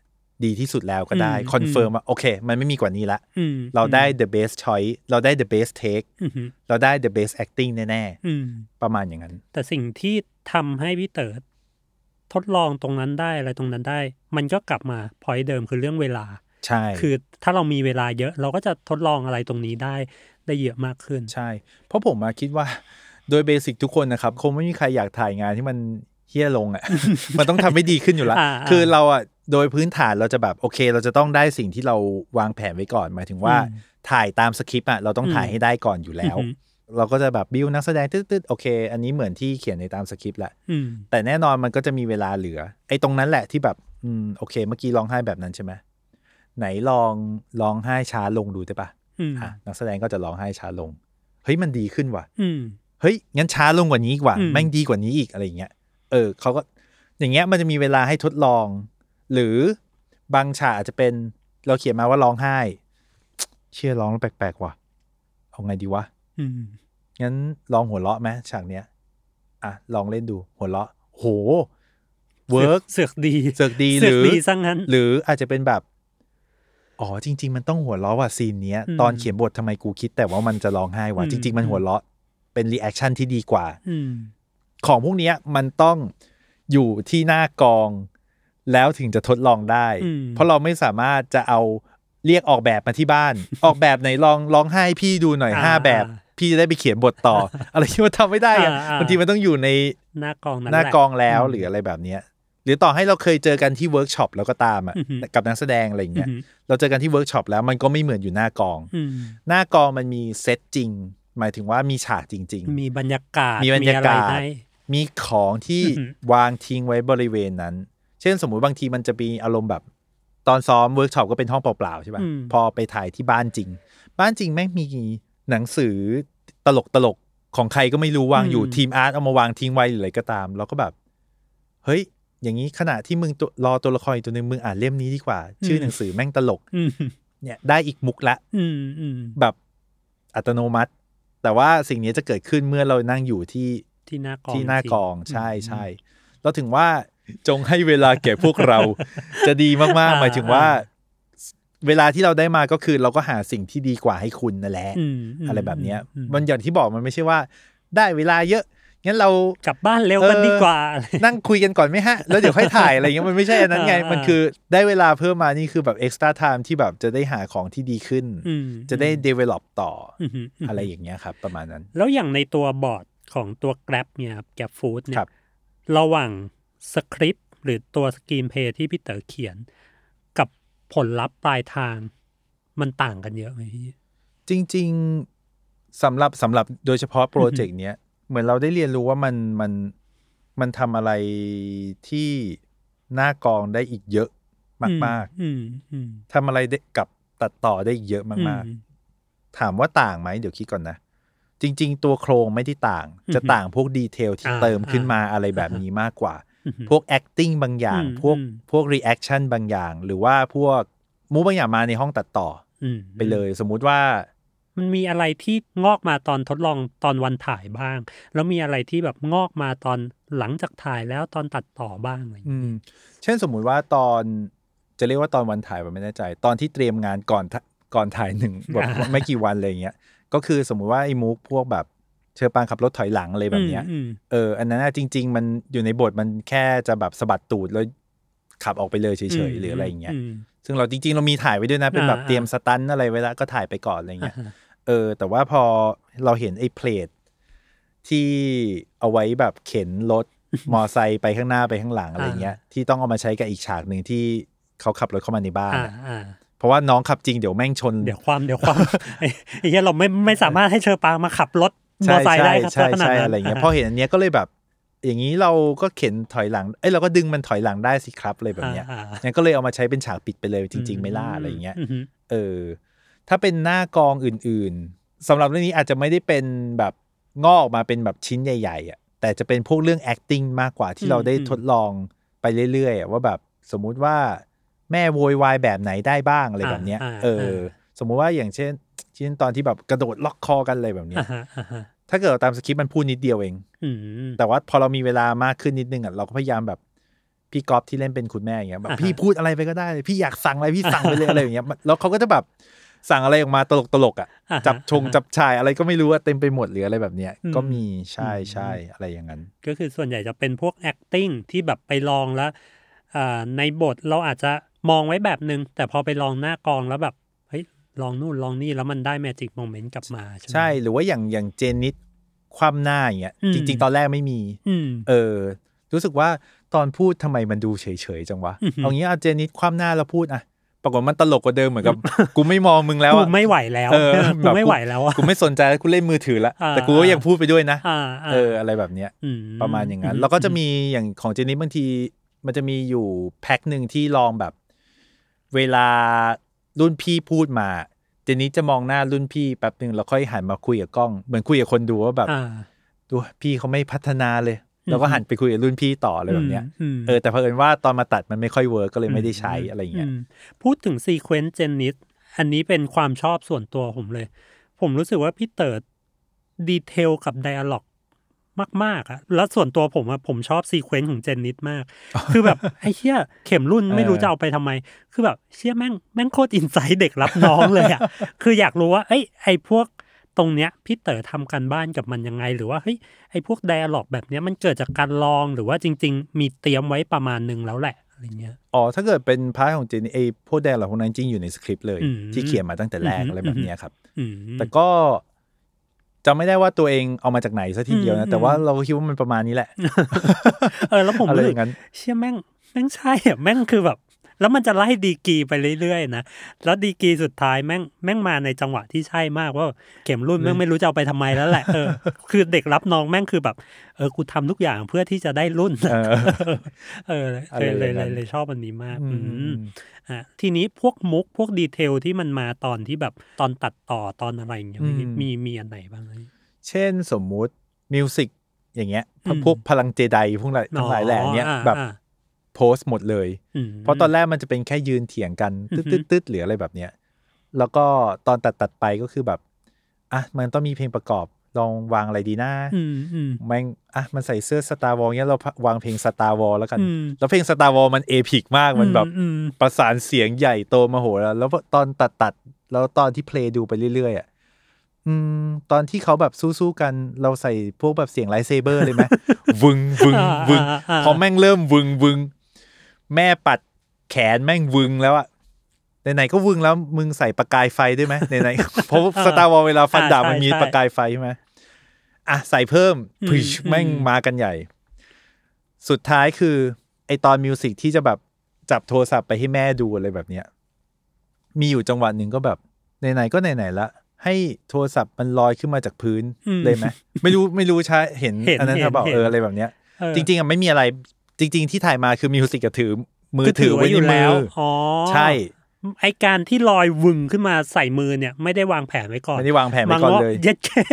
Speaker 3: ดีที่สุดแล้วก็ได้
Speaker 2: อืม
Speaker 3: คอนเฟิร์มว่าโอเค มันไม่มีกว่านี้ละ
Speaker 2: อืม
Speaker 3: เราได้ the best choice เราได้ the best take
Speaker 2: อืมอืม
Speaker 3: เราได้ the best acting แน่
Speaker 2: อืม
Speaker 3: ๆ ประมาณอย่างนั้น
Speaker 2: แต่สิ่งที่ทำให้พี่เต๋อทดลองตรงนั้นได้อะไรตรงนั้นได้ มันก็กลับมาพอยเดิมคือเรื่องเวลา
Speaker 3: ใช่
Speaker 2: คือถ้าเรามีเวลาเยอะเราก็จะทดลองอะไรตรงนี้ได้ได้เยอะมากขึ้น
Speaker 3: ใช่ เพราะผมมาคิดว่า โดยเบสิกทุกคนนะครับ คงไม่มีใครอยากถ่ายงานที่มันเฮี้ยลงอ่ะ มันต้องทำให้ดีขึ้นอยู่ละ
Speaker 2: อ่า
Speaker 3: คือเราอ่ะโดยพื้นฐานเราจะแบบโอเค เราจะต้องได้สิ่งที่เราวางแผนไว้ก่อน หมายถึงว่า
Speaker 2: อืม
Speaker 3: ถ่ายตามสคริปต์อ่ะเราต้อง
Speaker 2: อืม
Speaker 3: ถ่ายให้ได้ก่อนอยู่แล้ว
Speaker 2: อือหือ
Speaker 3: เราก็จะแบบบิวนักแสดงตืดๆโอเค อันนี้เหมือนที่เขียนในตามสคริปต์แหละ
Speaker 2: อืม
Speaker 3: แต่แน่นอนมันก็จะมีเวลาเหลือ ไอ้ตรงนั้นแหละที่แบบ อืมโอเค เมื่อกี้ร้องไห้แบบนั้นใช่ไหมไหนลองร้องไห้ช้าลงดูได้ปะ
Speaker 2: อืม
Speaker 3: อ่ะนักแสดงก็จะร้องไห้ช้าลง เฮ้ยมันดีขึ้นว่ะ
Speaker 2: อืม
Speaker 3: เฮ้ย งั้นช้าลงกว่านี้อีกว่า
Speaker 2: อืม
Speaker 3: แม่งดีกว่านี้อีกอะไรอย่างเงี้ย เออเขาก็อย่างเงี้ยมันจะมีเวลาให้ทดลอง หรือบางฉากอาจจะเป็นเราเขียนมาว่าร้องไห้ เชื่อร้องแล้วแปลกๆว่ะ เอาไงดีวะ
Speaker 2: อืม
Speaker 3: งั้นลองหัวเราะไหมฉากเนี้ย อ่ะ ลองเล่นดู หัวเราะ โห เวิร์ก
Speaker 2: เสือกดี
Speaker 3: เสือกดีห
Speaker 2: เสือ
Speaker 3: รื
Speaker 2: ก
Speaker 3: อ
Speaker 2: ดีซะงั้น
Speaker 3: หรืออาจจะเป็นแบบ อ๋อจริง ๆ มันต้องหัวเราะว่ะซีนเนี้ย
Speaker 2: อืม
Speaker 3: ตอนเขียนบททำไมกูคิดแต่ว่ามันจะร้องไห้ว่ะ
Speaker 2: อืม
Speaker 3: จริง ๆ มันหัวเราะเป็นรีแอคชั่นที่ดีกว่า
Speaker 2: อืม
Speaker 3: ของพวกเนี้ยมันต้องอยู่ที่หน้ากอง แล้วถึงจะทดลองได้
Speaker 2: อืม
Speaker 3: เพราะเราไม่สามารถจะเอาเรียกออกแบบมาที่บ้าน ออกแบบไหนลองร้องไห้พี่ดูหน่อยห้าแบบ พี่จะได้ไปเขียนบทต่อ อะไรที่มันทำไม่ได้อะ
Speaker 2: อ่าอ่า
Speaker 3: บางทีมันต้องอยู่ใน
Speaker 2: หน้ากองนั้น
Speaker 3: หน้ากองแล้วหรือ
Speaker 2: ม
Speaker 3: อะไรแบบเนี้ย หรือต่อให้เราเคยเจอกันที่เวิร์กช็อปแล้วก็ตามอ่ะ
Speaker 2: อือหือ
Speaker 3: กับนักแสดงอะไรอย่าง
Speaker 2: อื
Speaker 3: เงี้ย
Speaker 2: ม
Speaker 3: เราเจอกันที่เวิร์กช็อปแล้วมันก็ไม่เหมือนอยู่หน้ากอง
Speaker 2: อืม
Speaker 3: หน้ากองมันมีเซตจริง หมายถึงว่ามีฉากจริง ๆ
Speaker 2: มีบรรยากาศ
Speaker 3: มีบรรยากา
Speaker 2: มี
Speaker 3: ศ
Speaker 2: อะไรให้
Speaker 3: มีของที่
Speaker 2: อือหือ
Speaker 3: วางทิ้งไว้บริเวณนั้น เช่นสมมุติบางทีมันจะมีอารมณ์แบบ ตอนซ้อมเวิร์กช็อปก็เป็นห้องเปล่าๆใช่ป่ะ พอไปถ่ายที่บ้านจริง บ้านจริงแม่งมีหนังสือตลกตลกๆของใครก็ไม่รู้วางอยู่
Speaker 2: อืม
Speaker 3: ทีมอาร์ตเอามาวางทิ้งไว้หรืออะไรก็ตาม เราก็แบบ เฮ้ย อย่างนี้ขณะที่มึงตัวรอตัวละครอีกตัวหนึ่งมึงอ่านเล่มนี้ดีกว่า ชื่อหนังสือแม่งตลก
Speaker 2: อืม
Speaker 3: เนี่ยได้อีกมุกละ
Speaker 2: อืมอืม
Speaker 3: แบบอัตโนมัติ แต่ว่าสิ่งนี้จะเกิดขึ้นเมื่อเรานั่งอยู่ที่
Speaker 2: ที่หน้ากอง
Speaker 3: ที่หน้ากอง
Speaker 2: จริ
Speaker 3: ใช่
Speaker 2: อืม
Speaker 3: ใช่เราถึงว่าจงให้เวลาแก่พวกเรา จะดีมากๆหมายถึงว่า
Speaker 2: อ่
Speaker 3: เวลาที่เราได้มาก็คือเราก็หาสิ่งที่ดีกว่าให้คุณนั่นแหละ
Speaker 2: อืมม
Speaker 3: อะไรแบบเนี้ย
Speaker 2: อื
Speaker 3: มันอย่างที่บอกมันไม่ใช่ว่า ได้เวลาเยอะงั้นเรา
Speaker 2: กลับบ้านเร็วกัน
Speaker 3: เออ
Speaker 2: ดีกว่าอะไร
Speaker 3: นั่งคุยกันก่อนไหมฮะ แล้วเดี๋ยวค่อยถ่ายอะไรเงี้ยมันไม่ใช่อันนั้นไง
Speaker 2: อ่ามั
Speaker 3: มันคือได้เวลาเพิ่มมานี่คือแบบ extra time ที่แบบจะได้หาของที่ดีขึ้น
Speaker 2: อืม
Speaker 3: จะได้ develop ต่ออ
Speaker 2: อืมมม
Speaker 3: อะไรอย่างเงี้ยครับ ประมาณนั้น
Speaker 2: แล้วอย่างในตัวบอร์ดของตัว Grab เนี่ยครับ Grab Food เนี่
Speaker 3: ครั
Speaker 2: ย
Speaker 3: บ
Speaker 2: ระหว่างสคริปต์หรือตัวสกรีนเพลย์ที่พี่เต๋อเขียน กับผลลัพธ์ปลายทาง มันต่างกันเยอะไหมพี่
Speaker 3: จริง ๆสำหรับสำหรับโดยเฉพาะโปรเจกต์เนี้ยเหมือนเราได้เรียนรู้ว่ามันมันมันทำอะไรที่หน้ากองได้อีกเยอะมาก
Speaker 2: อืมอืม
Speaker 3: ๆทำอะไรได้กับตัดต่อได้อีกเยอะ
Speaker 2: อื
Speaker 3: มาก ๆ ถามว่าต่างไหมเดี๋ยวคิดก่อนนะ จริง ๆ ตัวโครงไม่ได้ต่าง
Speaker 2: อืม
Speaker 3: จะต่างพวกดีเทลที่
Speaker 2: อ่า
Speaker 3: เติมขึ้นมา
Speaker 2: อ่า
Speaker 3: อะไรแบบนี้มากกว่า
Speaker 2: อืม
Speaker 3: พวก acting บางอย่าง
Speaker 2: อืม
Speaker 3: พวก
Speaker 2: อืม
Speaker 3: พวก reaction บางอย่าง หรือว่าพวกมูฟบางอย่างมาในห้องตัดต่อ
Speaker 2: อืม
Speaker 3: ไปเลย สมมุติว่า
Speaker 2: มันมีอะไรที่งอกมาตอนทดลองตอนวันถ่ายบ้าง แล้วมีอะไรที่แบบงอกมาตอนหลังจากถ่ายแล้วตอนตัดต่อบ้างอะไรอย่าง
Speaker 3: อื
Speaker 2: เงี้ย
Speaker 3: มเช่นสมมุติว่าตอนจะเรียกว่าตอนวันถ่ายผมไม่แน่ใจ ตอนที่เตรียมงานก่อนทะก่อนถ่าย หนึ่งแบบไม่กี่วันอะไรอย่างเงี้ยก็คือสมมุติว่าไอ้มุกพวกแบบเชอปางขับรถถอยหลังอะไรแบบเนี้ย
Speaker 2: อืม
Speaker 3: เอออันนั้นน่ะจริง ๆ มันอยู่ในบทมันแค่จะแบบสะบัดตูดแล้วขับออกไปเลยเฉ
Speaker 2: ม
Speaker 3: ยๆหรืออะไรอย่างเงี้ย
Speaker 2: ม
Speaker 3: ซึ่งเราจริง ๆ เรามีถ่ายไว้ด้วยนะเป็นแบบ
Speaker 2: อ่า
Speaker 3: เตรียมสตันท์อะไรไว้แล้วก็ถ่ายไปก่อนอะไรอย่างเงี้ย
Speaker 2: อ่าฮะ
Speaker 3: เออแต่ว่าพอเราเห็นไอ้เพลทที่เอาไว้แบบเข็นรถ มอไซค์ไปข้างหน้าไปข้างหลังอะไรเงี้ยที่ต้องเอามาใช้กับอีกฉากหนึ่งที่เขาขับรถเข้ามาในบ้าน
Speaker 2: อ่า
Speaker 3: อะ
Speaker 2: อ่า
Speaker 3: เพราะว่าน้องขับจริงเดี๋ยวแม่งชน
Speaker 2: เดี๋ยวความเดี๋ยวความ ไอ้ไอ้เหี้ยเราไม่ไม่สามารถให้เชอปางมาขับรถมอ
Speaker 3: ใช่
Speaker 2: ไซค์
Speaker 3: ใช่
Speaker 2: ได้ครับ
Speaker 3: ใช่
Speaker 2: ขนาด
Speaker 3: ใช่
Speaker 2: นั้น
Speaker 3: อะไรเงี้ยพอเห็นอันเนี้ยก็เลยแบบ อย่างนี้เราก็เข็นถอยหลังเอ้ยเราก็ดึงมันถอยหลังได้สิครับอะไรแบบเนี้ย
Speaker 2: อ่าอ่า
Speaker 3: งั้นก็เลยเอามาใช้เป็นฉากปิดไปเลยจริง ๆ ไม่ล่าอะไรเงี้ย
Speaker 2: ม
Speaker 3: เออ ถ้าเป็นหน้ากองอื่นๆสำหรับเรื่องนี้อาจจะไม่ได้เป็นแบบงอกออกมาเป็นแบบชิ้นใหญ่ๆอ่ะแต่จะเป็นพวกเรื่อง acting มากกว่าที่เราได้
Speaker 2: อืม
Speaker 3: ทดลองไปเรื่อยๆอ่ะว่าแบบสมมุติว่าแม่โวยวายแบบไหนได้บ้างอะไรแบบเนี้ย เออ สมมุติว่าอย่างเช่นเช่นตอนที่แบบกระโดดล็อกคอกันอะไรแบบเนี้ย
Speaker 2: อ่าฮะอ่าฮะ
Speaker 3: ถ้าเกิดเราตามสคริปต์มันพูดนิดเดียวเอง
Speaker 2: อืม
Speaker 3: แต่ว่าพอเรามีเวลามากขึ้นนิดนึงอ่ะเราก็พยายามแบบพี่ก๊อฟที่เล่นเป็นคุณแม่อย่างเงี้ยแบบ
Speaker 2: อ่าฮะ
Speaker 3: พี่พูดอะไรไปก็ได้เลยพี่อยากสั่งอะไรพี่สั่งไปเลยอะไรอย่างเงี้ยมันแล้วเขาก็จะแบบสั่งอะไรออกมาตลกตลกๆอ่ะ
Speaker 2: อ่าฮะ
Speaker 3: จับชง
Speaker 2: อ่าฮะ
Speaker 3: จับชายอะไรก็ไม่รู้อะเต็มไปหมดหรืออะไรแบบเนี้ย
Speaker 2: อืม
Speaker 3: ก็มีใช่
Speaker 2: อืม
Speaker 3: ใช่อะไรอย่างนั้น
Speaker 2: ก็คือส่วนใหญ่จะเป็นพวก acting ที่แบบไปลองแล้วอ่าในบทเราอาจจะมองไว้แบบนึง แต่พอไปลองหน้ากองแล้วแบบเฮ้ยลองนู่นลองนี่แล้วมันได้ magic moment กลับมาใช่ไหม
Speaker 3: ใช่หรือว่าอย่างอย่างเจนนิดความหน้าอย่างเงี้ย
Speaker 2: อืม
Speaker 3: จริง ๆ ตอนแรกไม่มี
Speaker 2: อืม
Speaker 3: เออ รู้สึกว่าตอนพูดทำไมมันดูเฉยๆจังวะ
Speaker 2: อือหือ
Speaker 3: เอางี้เอาเจนนิดความหน้าแล้วพูดอ่ะปรากฏมันตลกกว่าเดิมเหมือนกับ กูไม่มองมึงแล้ว
Speaker 2: กู
Speaker 3: อะ
Speaker 2: ไม่ไหวแล้ว
Speaker 3: เออ
Speaker 2: กูไม่ไหวแล้วอะ
Speaker 3: กูไม่สนใจแล้วกูเล่นมือถือละ
Speaker 2: อ่า
Speaker 3: แต่กูก็ยังพูดไปด้วยนะ
Speaker 2: อ่าา
Speaker 3: เอออะไรแบบเนี้ย
Speaker 2: ม
Speaker 3: ประมาณอย่างนั้น แล้วก็จะมีอย่างของเจนนี่บางที มันจะมีอยู่แพ็คหนึ่งที่ลองแบบ เวลารุ่นพี่พูดมา เจนนี่จะมองหน้ารุ่นพี่แป๊บหนึ่งแล้วค่อยหันมาคุยกับกล้อง เหมือนคุยกับคนดูว่าแบบ
Speaker 2: อ่า
Speaker 3: ดูพี่เขาไม่พัฒนาเลย
Speaker 2: อืม
Speaker 3: แล้วก็หันไปคุยกับรุ่นพี่ต่ออะไรแบบเนี้ย
Speaker 2: มม
Speaker 3: เออแต่เผอิญว่าตอนมาตัดมันไม่ค่อยเวิร์กก็เลยไม่ได้ใช้อะไรอย่างเงี้ย
Speaker 2: มพูดถึงซีเควนต์เจนนิสอันนี้เป็นความชอบส่วนตัวผมเลย ผมรู้สึกว่าพี่เติร์ดดีเทลกับไดอะล็อกมาก ๆอะแล้วส่วนตัวผมอะผมชอบซีเควนต์ของเจนนิส มาก คือแบบ ไอ้เชี่ยเข็มรุ่นไม่รู้จะเอาไปทำไม คือแบบเชี่ยแม่งแม่งโคตรอินไซต์เด็กรับน้องเลยอะ คืออยากรู้ว่า เอ้ยไอ้พวกตรงเนี้ยพี่เต๋อทำกันบ้านกับมันยังไง หรือว่าเฮ้ยไอ้พวกไดอะล็อกแบบเนี้ยมันเกิดจากการลองหรือว่าจริง ๆ มีเตรียมไว้ประมาณหนึงแล้วแหละอะไรเงี้ย
Speaker 3: อ๋อ ถ้าเกิดเป็นพาร์ทของเจนนี่เอพวกแดงเหล่าพวกนั้นจริงอยู่ในสคริปต์เลย
Speaker 2: อืม
Speaker 3: ที่เขียนมาตั้งแต่แรก
Speaker 2: อืม
Speaker 3: อะไรแบบเนี้ยครับ
Speaker 2: อืม
Speaker 3: แต่ก็จำไม่ได้ว่าตัวเองเอามาจากไหนซะทีเดียว
Speaker 2: อื
Speaker 3: นะ
Speaker 2: ม
Speaker 3: แต่ว่าเราก็คิดว่ามันประมาณนี้แหละ
Speaker 2: เออแล้วผม
Speaker 3: อะไร
Speaker 2: รู้
Speaker 3: อ
Speaker 2: สึก
Speaker 3: ย่างนั้น
Speaker 2: เชี่ยแม่งแม่งใช่อะแม่งคือแบบ แล้วมันจะไล่ดีกรีไปเรื่อยๆนะแล้วดีกรีสุดท้ายแม่งแม่งมาในจังหวะที่ใช่มากว่าเข็มรุ่นแม่งไม่รู้จะเอาไปทำไมแล้วแหละเออ คือเด็กรับน้องแม่งคือแบบเออกูทำทุกอย่างเพื่อที่จะได้รุ่น
Speaker 3: เออ
Speaker 2: เออ
Speaker 3: อะไร
Speaker 2: เล
Speaker 3: อย ย่างนั้
Speaker 2: เล
Speaker 3: น
Speaker 2: ยเลยเลยชอบอันนี้มาก
Speaker 3: อื
Speaker 2: อื
Speaker 3: ม
Speaker 2: มอ่ะทีนี้พวกมุกพวกดีเทลที่มันมาตอนที่แบบตอนตัดต่อตอนอะไรอย่างเงี้ยมีมีมีอันไหนบ้างไหม
Speaker 3: เช่นสมมุติมิวสิกอย่างเงี้ย
Speaker 2: อืม
Speaker 3: พวกพลังเจไดพวกอะไรทั้งหลายแหล่เนี้ย
Speaker 2: อ๋ออ่ะ
Speaker 3: แบบ
Speaker 2: อ่ะ
Speaker 3: โพสต์หมดเลย
Speaker 2: อืม
Speaker 3: เพราะตอนแรกมันจะเป็นแค่ยืนเถียงกัน
Speaker 2: อืม
Speaker 3: ตึ๊ดๆๆหรืออะไรแบบเนี้ย แล้วก็ตอนตัดตัดๆไปก็คือแบบอ่ะมันต้องมีเพลงประกอบลองวางอะไรดีนะ
Speaker 2: อืมอืม
Speaker 3: แม่งอ่ะมันใส่เสื้อสตาร์วอลเนี้ยเราวางเพลงสตาร์วอลแล้วกัน
Speaker 2: อืม
Speaker 3: แล้วเพลงสตาร์วอลมันเอพิกมากมันแบบ
Speaker 2: อืม
Speaker 3: ประสานเสียงใหญ่โตมโหฬารแล้วตอนตัดตัดๆแล้วตอนที่เพลย์ดูไปเรื่อยๆอ่ะอืม ตอนที่เขาแบบสู้ๆกันเราใส่พวกแบบเสียงไลท์เซเบอร์ เลยไหม วึงวึง
Speaker 2: อ่าว
Speaker 3: ึง
Speaker 2: าา
Speaker 3: พอแม่งเริ่มวึงวึงแม่ปัดแขนแม่งวึงแล้วอ่ะไหนๆก็วึงแล้วมึงใส่ประกายไฟด้วยไหมไหนๆ เพราะสตาร์วอลเวลาฟันดาบมันมีประกายไฟใช่ไหมอ่ะใส่เพิ่มพึชแม่งมากันใหญ่ สุดท้ายคือ ไอตอนมิวสิกที่จะแบบจับโทรศัพท์ไปให้แม่ดูอะไรแบบเนี้ยมีอยู่จังหวะหนึ่งก็แบบไหนๆก็ไหนๆละให้โทรศัพท์มันลอยขึ้นมาจากพื้น
Speaker 2: อืม
Speaker 3: เลยไหมไม่รู้ไม่รู้ใช่เห็น
Speaker 2: เห็น
Speaker 3: อันนั้น
Speaker 2: เห็น
Speaker 3: เขาบอก
Speaker 2: เห็น
Speaker 3: เอออะไรแบบเนี้ย
Speaker 2: เออ
Speaker 3: จริง ๆอ่ะไม่มีอะไรจริง ๆ ที่ถ่ายมาคือมิวสิกกับถือ มื
Speaker 2: ก็
Speaker 3: อถือไว้
Speaker 2: อ
Speaker 3: ใน
Speaker 2: ยู่
Speaker 3: มื
Speaker 2: แล้
Speaker 3: อ
Speaker 2: ว
Speaker 3: อ
Speaker 2: อ๋อ
Speaker 3: ใช่
Speaker 2: ไอการที่ลอยวึงขึ้นมาใส่มือเนี่ย ไม่ได้วางแผนไว้ก่อน
Speaker 3: ไม่ได้วางแผนไว้ก่อนเลย
Speaker 2: มังะเย็ดแค่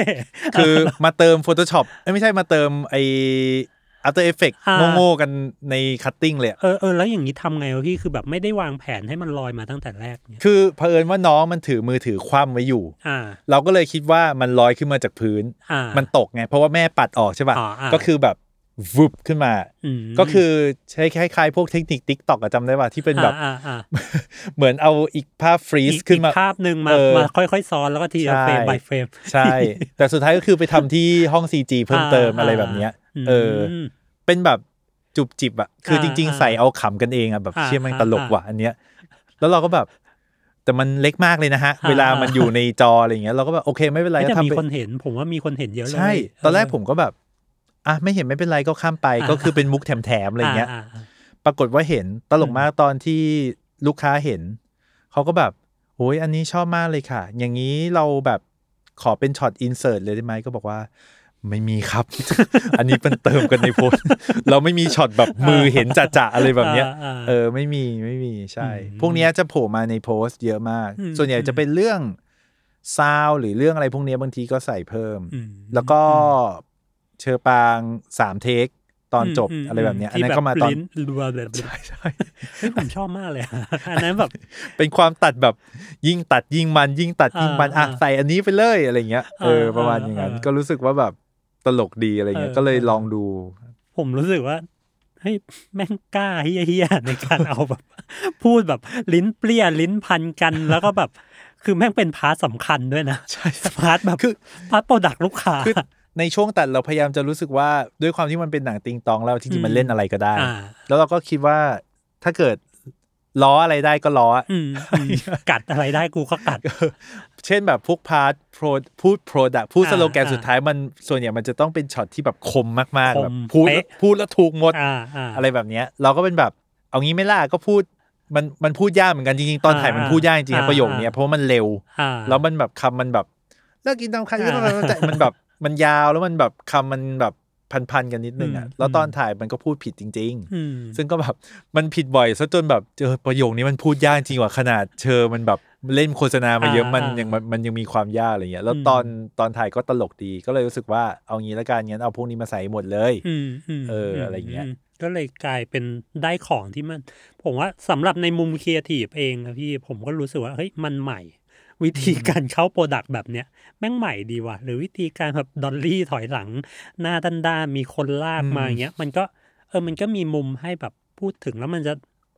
Speaker 3: คือมาเติม Photoshop เอ้ยไม่ใช่มาเติมไอ After Effects
Speaker 2: อ่า
Speaker 3: โง่ๆกันในคัตติ้งเลยอะ
Speaker 2: เออเออแล้วอย่างนี้ทำไงวะพี่คือแบบไม่ได้วางแผนให้มันลอยมาตั้งแต่แรกเนี่ย
Speaker 3: คือเผอิญว่าน้องมันถือมือถือคว่ำไว้อยู่
Speaker 2: อ่า
Speaker 3: เราก็เลยคิดว่ามันลอยขึ้นมาจากพื้น
Speaker 2: อ่ามั
Speaker 3: มันตกไง เพราะว่าแม่ปัดออกใช่
Speaker 2: อ่า
Speaker 3: ปะ่ะ
Speaker 2: อ่า
Speaker 3: ก็คือแบบวุบขึ้นมา ก็คือใช้คล้ายๆพวกเทคนิคติ๊กตอกจำได้ป่ะที่เป็นแบบ
Speaker 2: อ่าอ่า
Speaker 3: เหมือนเอาอีกภาพฟรี
Speaker 2: อี
Speaker 3: ซ
Speaker 2: ก
Speaker 3: ขึ้นมา
Speaker 2: อีกภาพหนึ่งมา
Speaker 3: เออ
Speaker 2: มาค่อยๆซ้อนแล้วก็ทีละ
Speaker 3: ใช่
Speaker 2: เฟรม by เฟรม
Speaker 3: ใช่ แต่สุดท้ายก็คือไปทำที่ห้อง CG เพิ่มเติมอะไรแบบเนี้ย เออ
Speaker 2: ม
Speaker 3: เป็นแบบจุบจิบอะคืออา จริง
Speaker 2: อ่า
Speaker 3: ๆ ใส่เอาขำกันเองอะแบบ
Speaker 2: อ่า
Speaker 3: เชี่ยแมัน
Speaker 2: อ่า
Speaker 3: ตลกว่ะอันเนี้ย แล้วเราก็แบบ แต่มันเล็กมากเลยนะฮะ
Speaker 2: อ่า
Speaker 3: เวลามันอยู่ในจออะไรอย่างเงี้ยเราก็แบบโอเคไม่เป็นไร
Speaker 2: ไม่
Speaker 3: ก็
Speaker 2: แต่
Speaker 3: ทำ
Speaker 2: มี
Speaker 3: ไป
Speaker 2: คนเห็น ผมว่ามีคนเห็นเยอะเลย
Speaker 3: ใช่ ตอนแรก
Speaker 2: เ
Speaker 3: ผมก็แบบอ่ะไม่เห็นไม่เป็นไรก็ข้ามไป
Speaker 2: อ่า
Speaker 3: ก็คือเป็นมุกแถมๆอะไรอย่างเงี้ย
Speaker 2: าา
Speaker 3: ปรากฏว่าเห็นตลกมากตอนที่ลูกค้าเห็นเขาก็แบบโอ้ยอันนี้ชอบมากเลยค่ะ อย่างนี้เราแบบขอเป็นช็อตอินเสิร์ตเลยได้ไหมก็บอกว่า ไม่มีครับ อันนี้เป็นเติมกันในโพสต์เราไม่มีช็อตแบบมือเห็นจะๆอะไรแบบเนี้ย
Speaker 2: อ่าอ่า
Speaker 3: เออไม่มีไม่มีใช่
Speaker 2: อืม
Speaker 3: พวกเนี้ยจะโผล่มาในโพสต์เยอะมาก
Speaker 2: อืม
Speaker 3: ส่วนใหญ่จะเป็นเรื่องซาวหรือเรื่องอะไรพวกเนี้ยบางทีก็ใส่เพิ่ม
Speaker 2: อืม
Speaker 3: แล้วก็เชอปางสามเทคตอนจบ
Speaker 2: ม
Speaker 3: อะไรแบบเนี้ย
Speaker 2: ม
Speaker 3: อันนั้นก็มาตอน
Speaker 2: ที่แบบลิ้นรัวแบบ
Speaker 3: ใช่ใช่
Speaker 2: เฮ้ยผมชอบมากเลยอะอันนั้นแบบ
Speaker 3: เป็นความตัดแบบยิ่งตัดยิ่งมันยิ่งตัดยิ่งมัน
Speaker 2: อ่า
Speaker 3: อ่ะใส่อันนี้ไปเลยอะไรเงี้ยเออ
Speaker 2: อ่า
Speaker 3: ประมาณอย่างนั้น
Speaker 2: อ่า
Speaker 3: ก็รู้สึกว่าแบบตลกดีอะไรเงี้ย
Speaker 2: เออ
Speaker 3: ก็เลยลองดู
Speaker 2: ผมรู้สึกว่าเฮ้ยแม่งกล้าเฮี้ยๆในการเอาแบบ พูดแบบลิ้นเปรี้ยลิ้นพันกันแล้วก็แบบ คือแม่งเป็นพาร์ทสำคัญด้วยนะใช่ พาร์ทแบบ
Speaker 3: คือ
Speaker 2: พาร์ทโปรดักลูกค้า
Speaker 3: คือในช่วงตัดเราพยายามจะรู้สึกว่าด้วยความที่มันเป็นหนังติงตองแล้วที่จริงๆมันเล่นอะไรก็ได้
Speaker 2: อ่า
Speaker 3: แล้วเราก็คิดว่าถ้าเกิดล้ออะไรได้ก็ล้ออะ
Speaker 2: อืมอืมกัดอะไรได้กูก็กัด
Speaker 3: เช่นแบบพวกพาร์ทโปรพูดโปรดักพูด
Speaker 2: อ่า
Speaker 3: สโลแกน
Speaker 2: อ่า
Speaker 3: สุดท้ายมันส่วนใหญ่มันจะต้องเป็นช็อตที่แบบคมมากๆแบบ
Speaker 2: คม
Speaker 3: พูด
Speaker 2: เป๊ะ
Speaker 3: พูดแล้วถูกหมด
Speaker 2: อ่าอ่า
Speaker 3: อะไรแบบเนี้ยเราก็เป็นแบบ เอางี้ไม่ล่ะก็พูดมันมันพูดยากเหมือนกันจริงๆ ตอนถ่ายมัน
Speaker 2: อ่า
Speaker 3: พูดยากจริง
Speaker 2: อ่า
Speaker 3: ๆประโยคเนี้ยเพราะว่ามันเร็ว
Speaker 2: อ่า
Speaker 3: แล้วมันแบบคำมันแบบเลิกกินตามใครก็ต้อง
Speaker 2: อ่า
Speaker 3: แต่มันแบบมันยาวแล้วมันแบบคำมันแบบพันๆกันนิดนึงอ่ะ
Speaker 2: อืม
Speaker 3: แล้วตอนถ่ายมันก็พูดผิดจริง
Speaker 2: อืม
Speaker 3: ๆ ซึ่งก็แบบมันผิดบ่อยซะจนแบบเจอประโยคนี้มันพูดยากจริงว่ะขนาดเชอมันแบบเล่นโฆษณามาเยอะ
Speaker 2: อ่ามั
Speaker 3: มันยังมันมันยังมีความยากอะไรเงี้ยแล้ว
Speaker 2: อืม
Speaker 3: ตอนตอนถ่ายก็ตลกดีก็เลยรู้สึกว่าเอางี้ละกันงั้นเอาพวกนี้มาใส่หมดเลย
Speaker 2: อืมอืม
Speaker 3: เอออะไรอย่างเงี้ย
Speaker 2: มก็เลยกลายเป็นได้ของที่มัน ผมว่าสำหรับในมุมครีเอทีฟเองนะพี่ผมก็รู้สึกว่าเฮ้ยมันใหม่ วิธีการเข้าโปรดักต์แบบเนี้ยแม่งใหม่ดีว่ะ หรือวิธีการแบบดอลลี่ถอยหลัง หน้าด้านด้านๆมีคนลากมาอย่างเงี้ย มันก็เออมันก็มีมุมให้แบบพูดถึงแล้วมันจะ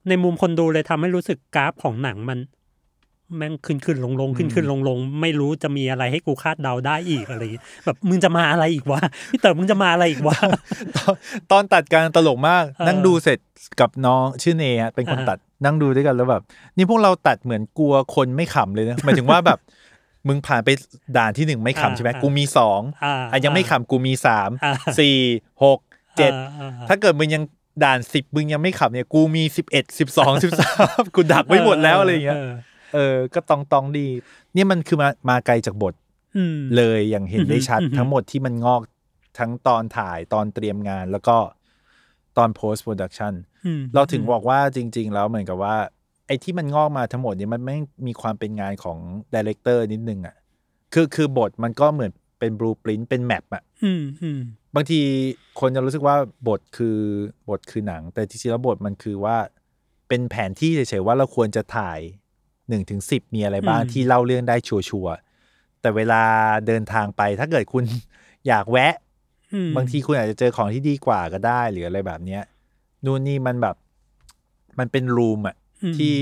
Speaker 2: ในมุมคนดูเลยทำให้รู้สึกกราฟของหนังมัน แม่งขึ้นขึ้นลงลงขึ้นขึ้นลงลงไม่รู้จะมีอะไรให้กูคาดเดาได้อีกอะไรอย่างเงี้ยแบบมึงจะมาอะไรอีกวะพี่เต๋อมึงจะมาอะไรอีกวะ
Speaker 3: ตอน ตอนตัดการตลกมาก
Speaker 2: เออ
Speaker 3: นั่งดูเสร็จกับน้องชื่อเนฮะเป็นคน
Speaker 2: อ่าฮะ
Speaker 3: ตัดนั่งดูด้วยกันแล้วแบบ นี่พวกเราตัดเหมือนกลัวคนไม่ขำเลย นะหมายถึงว่าแบบ มึงผ่านไปด่านที่หนึ่งไม่ขำใช่ไหม
Speaker 2: อ่า
Speaker 3: กูมีสอง
Speaker 2: อ่า
Speaker 3: อ่ะยังไม่ขำกูมีสาม
Speaker 2: อ่า
Speaker 3: สี่หกเจ็ด
Speaker 2: อ่าอ่า
Speaker 3: ถ้าเกิดมึงยังด่านสิบมึงยังไม่ขำเนี่ยกูมีสิบเอ็ดสิบสองสิบสาม กูดักไว้หมดแล้วอะไรอย่างเงี้ยเออก็ตองตองๆดีเนี่ยมันคือมามาไกลจากบท
Speaker 2: อืม
Speaker 3: เลยอย่างเห็นได้ชัด
Speaker 2: อือหือ
Speaker 3: ทั้งหมดที่มันงอกทั้งตอนถ่ายตอนเตรียมงานแล้วก็ตอน post production
Speaker 2: อืม
Speaker 3: เราถึงบอกว่าจริง ๆ แล้วเหมือนกับว่า ไอ้ที่มันงอกมาทั้งหมดเนี่ยมันไม่มีความเป็นงานของดีเลกเตอร์นิดนึงอะ่ะคือคือบทมันก็เหมือนเป็นบลูปริน n t เป็นแมปอ่ะ
Speaker 2: อืมอืม
Speaker 3: บางทีคนจะรู้สึกว่าบทคือบทคือหนัง แต่จริงๆแล้วบทมันคือว่าเป็นแผนที่เฉยๆว่าเราควรจะถ่าย หนึ่งถึงสิบมีอะไรบ้าง
Speaker 2: อืม
Speaker 3: ที่เล่าเรื่องได้ชัวร์ๆแต่เวลาเดินทางไปถ้าเกิดคุณ อยากแวะ
Speaker 2: อืม
Speaker 3: บางทีคุณอาจจะเจอของที่ดีกว่าก็ได้หรืออะไรแบบเนี้ยนู่นนี่มันแบบ มันเป็นรูมอะ
Speaker 2: อืม
Speaker 3: ที่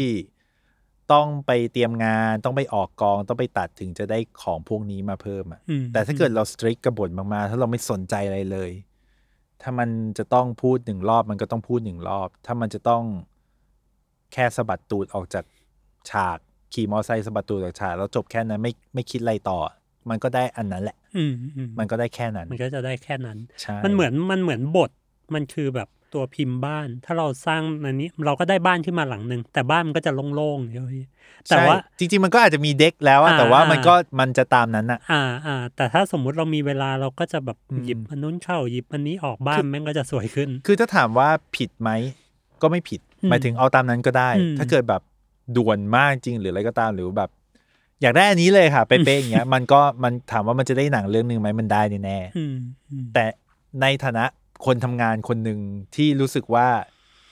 Speaker 3: ต้องไปเตรียมงานต้องไปออกกองต้องไปตัดถึงจะได้ของพวกนี้มาเพิ่มอะ
Speaker 2: อืม
Speaker 3: แต่ถ้าเกิดเราสตริกกับบทมากๆ ถ้าเราไม่สนใจอะไรเลย ถ้ามันจะต้องพูดหนึ่งรอบ มันก็ต้องพูดหนึ่งรอบ ถ้ามันจะต้องแค่สะบัดตูดออกจากฉากขี่มอไซค์สะบัดตูดออกจากฉากแล้วจบแค่นั้นไม่ไม่คิดอะไรต่อ มันก็ได้อันนั้นแหละ
Speaker 2: อืมอืม
Speaker 3: มันก็ได้แค่นั้น
Speaker 2: มันก็จะได้แค่นั้น
Speaker 3: ใช่
Speaker 2: มันเหมือนมันเหมือนบทมันคือแบบตัวพิมพ์บ้าน ถ้าเราสร้างอันนี้เราก็ได้บ้านขึ้นมาหลังหนึ่งแต่บ้านมันก็จะโล่งๆเดี๋ยวพี่แต่
Speaker 3: ใช่
Speaker 2: ว่า
Speaker 3: จริง ๆ มันก็อาจจะมีเด็กแล้วอะ
Speaker 2: อ่า
Speaker 3: แต่ว่ามันก็มันจะตามนั้นอะ
Speaker 2: อ่าอ่า แต่ถ้าสมมุติเรามีเวลาเราก็จะแบบ
Speaker 3: อืม
Speaker 2: หยิบอันนู้นเข้าหยิบอันนี้ออกบ้า
Speaker 3: คื
Speaker 2: น
Speaker 3: อ
Speaker 2: แม่งก็จะสวยขึ้น
Speaker 3: คือถ้าถามว่าผิดไหมก็ไม่ผิด
Speaker 2: อืม
Speaker 3: หมายถึงเอาตามนั้นก็ได้
Speaker 2: อืม
Speaker 3: ถ้าเกิดแบบด่วนมากจริงหรืออะไรก็ตามหรือแบบ อยากได้อันนี้เลยค่ะเป๊ะๆอย่างเงี้ย มันก็มันถามว่ามันจะได้หนังเรื่องหนึ่งไหมมันได้แน่
Speaker 2: ืมอืม
Speaker 3: ๆแต่ในฐานะคนทำงานคนหนึ่งที่รู้สึกว่า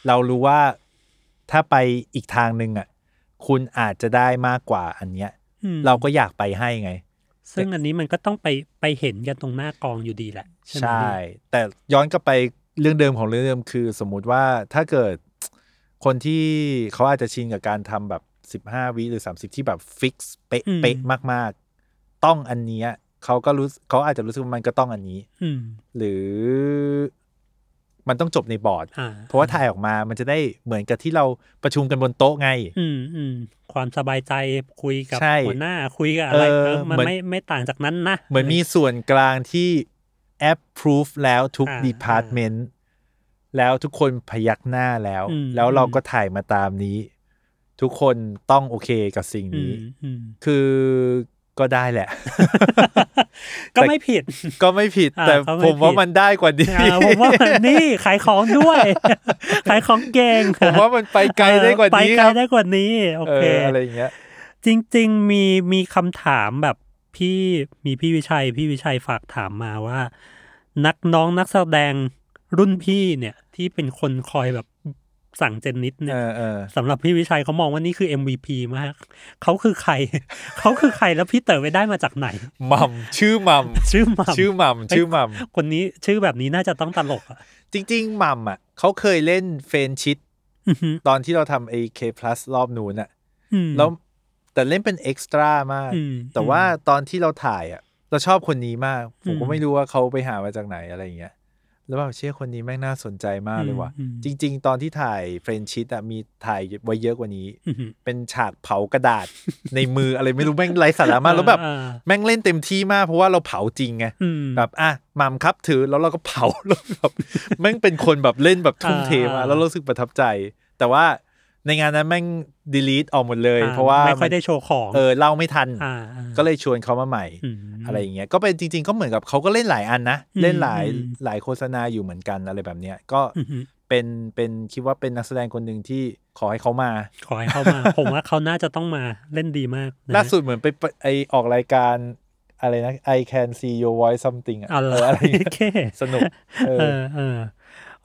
Speaker 3: เรารู้ว่าถ้าไปอีกทางหนึ่งอ่ะคุณอาจจะได้มากกว่าอันเนี้ย
Speaker 2: อืม
Speaker 3: เราก็อยากไปให้ไง
Speaker 2: ซึ่งอันนี้มันก็ต้องไปไปเห็นกันตรงหน้ากองอยู่ดีแหละใช่ไหม
Speaker 3: ใช่
Speaker 2: พี่
Speaker 3: แต่ย้อนกลับไปเรื่องเดิมของเรื่องเดิมคือ สมมุติว่าถ้าเกิดคนที่เขาอาจจะชินกับการทำแบบ 15 วิหรือ 30 ที่แบบฟิกซ์เป๊ะ
Speaker 2: อืม
Speaker 3: เป๊ะมาก ๆ ต้องอันเนี้ยเขาก็รู้เขาอาจจะรู้สึกว่ามันก็ต้องอันนี้
Speaker 2: อืม
Speaker 3: หรือมันต้องจบในบอร์ด
Speaker 2: อ่า
Speaker 3: เพราะว่าถ่ายออกมามันจะได้เหมือนกับที่เราประชุมกันบนโต๊ะไง
Speaker 2: อืมอืมความสบายใจคุยกับ
Speaker 3: ใช่
Speaker 2: หัวหน้าคุยกับอะไร
Speaker 3: เออ
Speaker 2: เออมัน
Speaker 3: เหมือน
Speaker 2: ไม่ไม่ต่างจากนั้นนะ
Speaker 3: เหมือนมีส่วนกลางที่แอปพ o ูฟแล้วทุก
Speaker 2: อ่า
Speaker 3: ดีพาร์ตเมนต์แล้วทุกคนพยักหน้าแล้ว
Speaker 2: อืม
Speaker 3: แล้วเราก็ถ่ายมาตามนี้ ทุกคนต้องโอเคกับสิ่ง
Speaker 2: อื
Speaker 3: นี้
Speaker 2: มอืม
Speaker 3: คือก็ได้ แหละ
Speaker 2: ก็ไม่ผิด
Speaker 3: ก็ไม่ผิด
Speaker 2: อ่า
Speaker 3: แต่
Speaker 2: ก็ไม่
Speaker 3: ผมว่า
Speaker 2: ผิด
Speaker 3: มันได้กว่านี้
Speaker 2: อ่าผมว่า นี่ขายของด้วย ขายของเก่ง
Speaker 3: ผมว่ามันไปไกลได้กว่า
Speaker 2: ไป
Speaker 3: นี้
Speaker 2: ไก
Speaker 3: ค
Speaker 2: ล
Speaker 3: รับ
Speaker 2: ได้กว่านี้ โอ
Speaker 3: เอ
Speaker 2: เค
Speaker 3: ออะไรอย่างเงี้ย
Speaker 2: จริง ๆ มีมีคำถามแบบพี่มีพี่วิชัย พี่วิชัยฝากถามมาว่า นักน้องนักแสดงรุ่นพี่เนี่ย ที่เป็นคนคอยแบบสั่งเจนนิดเนี่ย
Speaker 3: เออเออ
Speaker 2: สำหรับพี่วิชัยเขามองว่านี่คือ MVP มากเขาคือใคร เขาคือใครแล้วพี่เต๋อไปได้มาจากไหน
Speaker 3: หมัมชื่อหมัม
Speaker 2: ชื่อหมัม
Speaker 3: ชื่อหมัมชื่อหมัม
Speaker 2: คนนี้ชื่อแบบนี้น่าจะต้องตลกอ่ะ
Speaker 3: จริงๆหมัมอ่ะเขาเคยเล่นเฟรนชิต
Speaker 2: อือฮึ
Speaker 3: ตอนที่เราทำ AK plus รอบนู้นอ่ะ
Speaker 2: อืม
Speaker 3: แล้วแต่เล่นเป็นเอ็กซ์ตร้ามาก
Speaker 2: อืม
Speaker 3: แต่ว่าตอนที่เราถ่ายอ่ะ เราชอบคนนี้มาก ผมก็
Speaker 2: อืม
Speaker 3: ไม่รู้ว่าเขาไปหามาจากไหนอะไรอย่างเงี้ย แล้วแบบเชื่อคนนี้แม่งน่าสนใจมากเลยว่ะ
Speaker 2: อืมอืม
Speaker 3: จริง ๆ ตอนที่ถ่ายเฟรนชิตอ่ะมีถ่ายไว้เยอะกว่านี้
Speaker 2: อือฮึ
Speaker 3: เป็นฉากเผากระดาษ ในมืออะไรไม่รู้แม่งไร้สาระมาก แล้วแบบ
Speaker 2: อ่า
Speaker 3: แม่งเล่นเต็มที่มากเพราะว่าเราเผาจริงไง
Speaker 2: อืม
Speaker 3: แบบอ่ะหมัมครับถือแล้วเราก็เผา แล้วแบบแม่งเป็นคนแบบเล่นแบบทุ่มเทมา
Speaker 2: อ่า
Speaker 3: แล้วรู้สึกประทับใจ แต่ว่าในงานนั้นแม่งดีลีทออกหมดเลย
Speaker 2: อ่
Speaker 3: เพราะว่า
Speaker 2: ไม่ค่อยได้โชว์ของ
Speaker 3: เออเล่าไม่ทัน
Speaker 2: าอ่า
Speaker 3: ก็เลยชวนเขามาใหม่
Speaker 2: อืม
Speaker 3: อะไรอย่างเงี้ยก็เป็นจริง ๆ ก็เหมือนกับเขาก็เล่นหลายอันนะ
Speaker 2: อืม
Speaker 3: เล่นหลาย
Speaker 2: อืม
Speaker 3: หลายโฆษณาอยู่เหมือนกันอะไรแบบเนี้ยก็
Speaker 2: อือฮึ
Speaker 3: เป็นเป็นคิดว่าเป็นนักแสดงคนหนึ่งที่ขอให้เขามา
Speaker 2: ขอให้เขา มา ผมว่าเขาน่าจะต้องมาเล่นดีมากนะ
Speaker 3: ล่าสุดเหมือนไปไปไอออกรายการอะไรนะ I can see your voice something อะ
Speaker 2: อ๋อเหรอ
Speaker 3: เอออะไรอย่างเงี้ย
Speaker 2: โอเค
Speaker 3: สนุกเออ
Speaker 2: เออเออ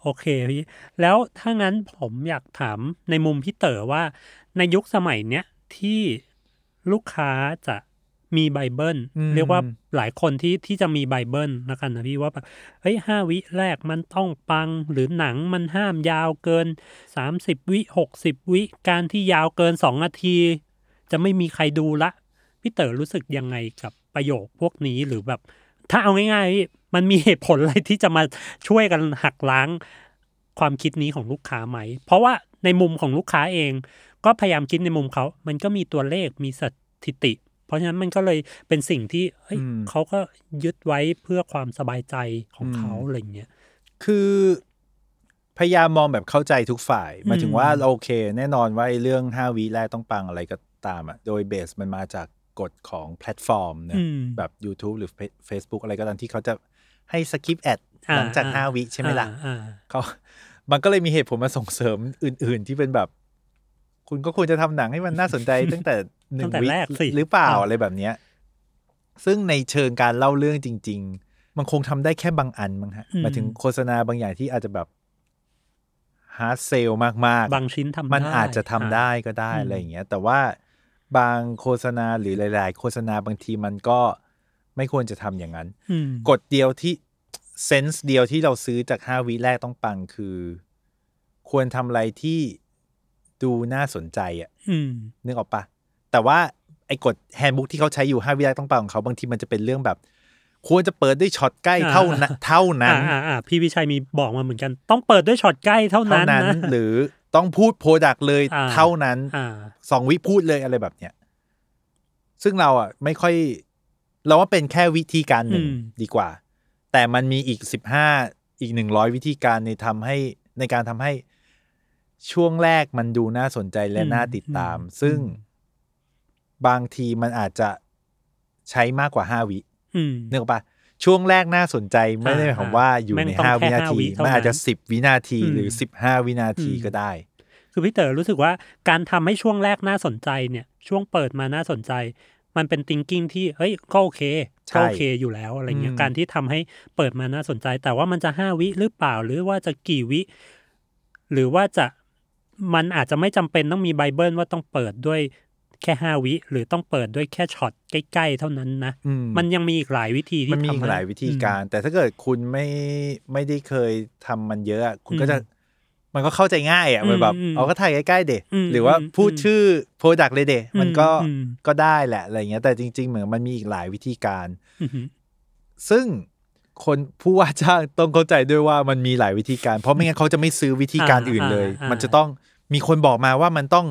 Speaker 2: โอเคพี่แล้วถ้างั้นผมอยากถามในมุมพี่เต๋อว่า ในยุคสมัยเนี้ยที่ลูกค้าจะมีไบเบิล
Speaker 3: อืม
Speaker 2: เรียกว่าหลายคนที่ที่จะมีไบเบิลแล้วกันนะพี่ว่าแบบเฮ้ยห้าวิแรกมันต้องปังหรือหนังมันห้ามยาวเกิน 30 วิ60 วิการที่ยาวเกิน 2 นาที จะไม่มีใครดูละ พี่เต๋อรู้สึกยังไงกับประโยคพวกนี้หรือแบบ ถ้าเอาง่ายๆพี่มันมีเหตุผลอะไรที่จะมาช่วยกันหักล้างความคิดนี้ของลูกค้าไหม เพราะว่าในมุมของลูกค้าเอง ก็พยายามคิดในมุมเขา มันก็มีตัวเลขมีสถิติ เพราะฉะนั้นมันก็เลยเป็นสิ่งที่เฮ้ย
Speaker 3: อืม
Speaker 2: เขาก็ยึดไว้เพื่อความสบายใจของเขาอะไรอย่างเงี้ย
Speaker 3: คือพยายามมองแบบเข้าใจทุกฝ่ายหมายถึงว่า
Speaker 2: อืม
Speaker 3: โอเค แน่นอนว่าไอ้เรื่อง 5วิแรกต้องปังอะไรก็ตามอ่ะโดยเบสมันมาจากกฎของแพลตฟอร์มนะ
Speaker 2: อืม
Speaker 3: แบบ YouTube หรือ Fe- Facebook อะไรก็ตามที่เขาจะให้สกิปแอด
Speaker 2: อ่า
Speaker 3: หลังจาก
Speaker 2: อ่า
Speaker 3: 5 วิใช่ไหมล่ะ
Speaker 2: อ่า
Speaker 3: เขา มันก็เลยมีเหตุผลมาส่งเสริมอื่น ๆ ที่เป็นแบบ คุณก็ควรจะทำหนังให้มันน่าสนใจ ตั้ง แต่หนึ่
Speaker 2: ตั้ง
Speaker 3: ง
Speaker 2: แต่
Speaker 3: วิ
Speaker 2: แรกสิ
Speaker 3: หรือเปล่า
Speaker 2: ะ
Speaker 3: อะไรแบบเนี้ยซึ่งในเชิงการเล่าเรื่องจริง ๆ มันคงทำได้แค่บางอันมั้งฮะหมายถึงโฆษณาบางอย่างที่อาจจะแบบฮาร์ดเซลมากๆ
Speaker 2: บางชิ้นทำ
Speaker 3: มัน
Speaker 2: ได้
Speaker 3: อาจจะทำได้ก็ได้
Speaker 2: อืม
Speaker 3: อะไรอย่างเงี้ย แต่ว่า บางโฆษณาหรือหลาย ๆ โฆษณาบางทีมันก็ไม่ควรจะทำอย่างนั้น
Speaker 2: อืม
Speaker 3: กฎเดียวที่เซนส์เดียวที่เราซื้อจากห้าวิแรกต้องปังคือ ควรทำอะไรที่ดูน่าสนใจอะ
Speaker 2: อืม
Speaker 3: นึกออกปะแต่ว่าไอ้กฎแฮนด์บุ๊กที่เขาใช้อยู่ห้าวิธีต้องปรับของเขาบางทีมันจะเป็นเรื่องแบบ ควรจะเปิดด้วยช็อตใกล้
Speaker 2: อ่า
Speaker 3: เท่านั้นเท่านั้
Speaker 2: อ่าน อ่าอ่าพี่วิชัยมีบอกมาเหมือนกัน ต้องเปิดด้วยช็อตใกล้เท่า
Speaker 3: เท่า
Speaker 2: นั้น
Speaker 3: นั้น
Speaker 2: นะ
Speaker 3: หรือต้องพูดโปรดักเลย
Speaker 2: อ่า
Speaker 3: เท่านั้น
Speaker 2: อ่า
Speaker 3: สองวิพูดเลยอะไรแบบเนี้ยซึ่งเราอ่ะไม่ค่อย เราว่าเป็นแค่วิธีการหนึ่ง
Speaker 2: อืม
Speaker 3: ดีกว่า แต่มันมีอีกสิบห้าอีกหนึ่งร้อยวิธีการในทำให้ในการทำให้ช่วงแรกมันดูน่าสนใจและน่าติดตาม ซึ่ง บางทีมันอาจจะใช้มากกว่าห้าวิ
Speaker 2: อืม
Speaker 3: นึกออกปะช่วงแรกน่าสนใจไม่ได้
Speaker 2: อ่าม
Speaker 3: หายความว่าอยู่
Speaker 2: แม่ง
Speaker 3: ใน
Speaker 2: ต้อง
Speaker 3: ห้า
Speaker 2: แค่
Speaker 3: วินา
Speaker 2: ห้า
Speaker 3: ที
Speaker 2: วิเท่านั้
Speaker 3: มัน นอาจจะสิบวินาที
Speaker 2: อืม
Speaker 3: หรือสิบห้าวินาที
Speaker 2: อืม
Speaker 3: ก็ได้
Speaker 2: คือพี่เต๋อรู้สึกว่าการทำให้ช่วงแรกน่าสนใจเนี่ย ช่วงเปิดมาน่าสนใจ มันเป็น thinking ที่เฮ้ยก็โอเค
Speaker 3: ใช่
Speaker 2: ก็โอเคอยู่แล้วอะไรเงี้ย
Speaker 3: อืม
Speaker 2: การที่ทำให้เปิดมาน่าสนใจ แต่ว่ามันจะห้าวิหรือเปล่าหรือว่าจะกี่วิ หรือว่าจะมันอาจจะไม่จำเป็นต้องมีไบเบิลว่าต้องเปิดด้วยแค่ห้าวิหรือต้องเปิดด้วยแค่ช็อตใกล้ๆเท่านั้นนะ
Speaker 3: อื
Speaker 2: มันยังมีอีกหลายวิธีที่
Speaker 3: มันมีอี
Speaker 2: ทำ
Speaker 3: ก
Speaker 2: ใ
Speaker 3: หลายวิธีการ แต่ถ้าเกิดคุณไม่ไม่ได้เคยทำมันเยอะอะคุณก็จะ มันก็เข้าใจง่ายอ่ะ
Speaker 2: อืม
Speaker 3: มันแบบ
Speaker 2: อืม
Speaker 3: เอาก็ถ่ายใกล้ๆเดะ
Speaker 2: อืม
Speaker 3: หรือว่า
Speaker 2: อืม
Speaker 3: พูด
Speaker 2: อืม
Speaker 3: ชื่อโปรดักเลยเดะมันก็
Speaker 2: อืมอืม
Speaker 3: ก็ได้แหละอะไรเงี้ยแต่จริง ๆ เหมือนมันมีอีกหลายวิธีการ
Speaker 2: อืมอืม
Speaker 3: ซึ่งคนผู้ว่าจ้างต้องเข้าใจด้วยว่ามันมีหลายวิธีการ เพราะไม่งั้นเขาจะไม่ซื้อวิธีการอื่นเลย มันจะต้องมีคนบอกมาว่ามันต้อง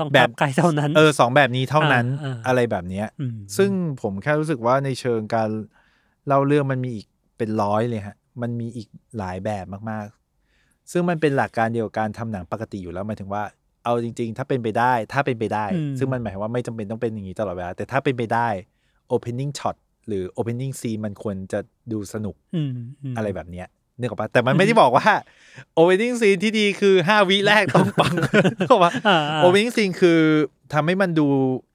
Speaker 2: ต้อง
Speaker 3: แบ
Speaker 2: แบบ บใกล้เท่านั้น
Speaker 3: เออสองแบบนี้เท่านั้น
Speaker 2: อ่าอ่า
Speaker 3: อะไรแบบเนี้ย
Speaker 2: ม
Speaker 3: ซึ่งผมแค่รู้สึกว่าในเชิงการเล่าเรื่องมันมีอีกเป็นร้อยเลยฮะ มันมีอีกหลายแบบมากๆ ซึ่งมันเป็นหลักการเดียวกับการทำหนังปกติอยู่แล้วหมายถึงว่าเอาจริง ๆ ถ้าเป็นไปได้ ถ้าเป็นไปได้
Speaker 2: อืม
Speaker 3: ซึ่งมันหมายความว่าไม่จำเป็นต้องเป็นอย่างนี้ตลอดเวลาแต่ถ้าเป็นไปได้ opening shot หรือ opening scene มันควรจะดูสนุก
Speaker 2: อืมม
Speaker 3: อะไรแบบเนี้ยนึกออกปะแต่มันไม่ได้บอกว่า opening scene ที่ดีคือห้าวิแรกต้องปัง เข้าปะ
Speaker 2: อ่าๆ
Speaker 3: โอเวอร์นิ่งซิงคือทำให้มันดู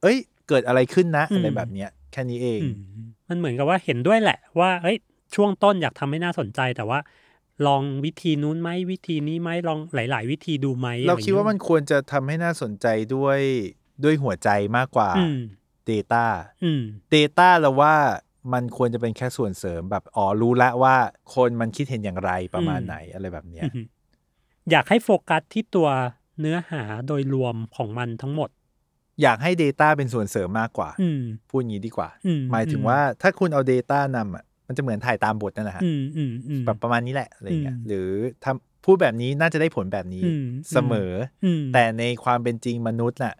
Speaker 3: เอ้ย เกิดอะไรขึ้นนะ
Speaker 2: อืม
Speaker 3: อะไรแบบเนี้ย แค่นี้เอง
Speaker 2: อืมมันเหมือนกับว่าเห็นด้วยแหละ ว่าเอ้ยช่วงต้นอยากทำให้น่าสนใจแต่ว่า ลองวิธีนู้นไหมวิธีนี้ไหมลองหลาย ๆ วิธีดูไหม
Speaker 3: เรา
Speaker 2: อะไรอย่ง
Speaker 3: คิดว่ามันควรจะทำให้น่าสนใจด้วยด้วยหัวใจมากกว่า
Speaker 2: อืม
Speaker 3: Data
Speaker 2: อืม
Speaker 3: Data เราว่ามันควรจะเป็นแค่ส่วนเสริมแบบอ๋อรู้ละว่าคนมันคิดเห็นอย่างไรประมาณ
Speaker 2: อืม
Speaker 3: ไหนอะไรแบบเนี้ย
Speaker 2: อืมอยากให้โฟกัสที่ตัวเนื้อหาโดยรวมของมันทั้งหมด
Speaker 3: อยากให้ Data เป็นส่วนเสริมมากกว่า
Speaker 2: อืม
Speaker 3: พูดอย่างนี้ดีกว่า
Speaker 2: อืม
Speaker 3: หมายถึงว่าถ้าคุณเอา Data นำอ่ะมันจะเหมือนถ่ายตามบทนั่นแหละฮะ
Speaker 2: อืมอืมอืม
Speaker 3: แบบประมาณนี้แหละอะไรเงี้ย
Speaker 2: อืม
Speaker 3: หรือทำพูดแบบนี้น่าจะได้ผลแบบนี้
Speaker 2: อืม
Speaker 3: เสมออ
Speaker 2: อืม
Speaker 3: แต่ในความเป็นจริงมนุษย์น่ะ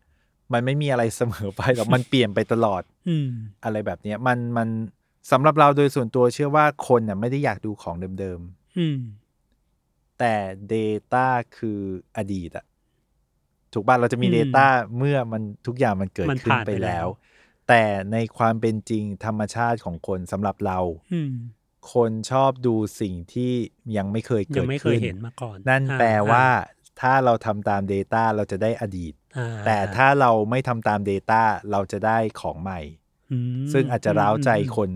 Speaker 3: มันไม่มีอะไรเสมอไปหรอก มันเปลี่ยนไปตลอด
Speaker 2: อืม
Speaker 3: อะไรแบบเนี้ยมันมันสำหรับเราโดยส่วนตัวเชื่อว่าคนน่ะไม่ได้อยากดูของเดิม
Speaker 2: อืม
Speaker 3: ๆ แต่ Data คืออดีตอะถูกป่ะเราจะมี
Speaker 2: อืม
Speaker 3: Data เมื่อมันทุกอย่างมันเกิด
Speaker 2: มัน
Speaker 3: ขึ้น
Speaker 2: ผ่าน
Speaker 3: ไป
Speaker 2: ไปแล้
Speaker 3: แล้ว
Speaker 2: ว
Speaker 3: แต่ในความเป็นจริงธรรมชาติของคนสำหรับเรา
Speaker 2: อืม
Speaker 3: คนชอบดูสิ่งที่ยังไม่เคย
Speaker 2: ยั
Speaker 3: เกิ
Speaker 2: ง
Speaker 3: ด
Speaker 2: ไม่เคย
Speaker 3: ขึ้น
Speaker 2: เห็นมาก่อน
Speaker 3: นั่น
Speaker 2: อ่
Speaker 3: แปลว่าถ้าเราทำตาม Data เราจะได้อดีต
Speaker 2: อ่
Speaker 3: แต่ถ้าเราไม่ทำตาม Data เราจะได้ของใหม่
Speaker 2: อืม
Speaker 3: ซึ่งอาจจะร้าวใจ
Speaker 2: อืม
Speaker 3: คน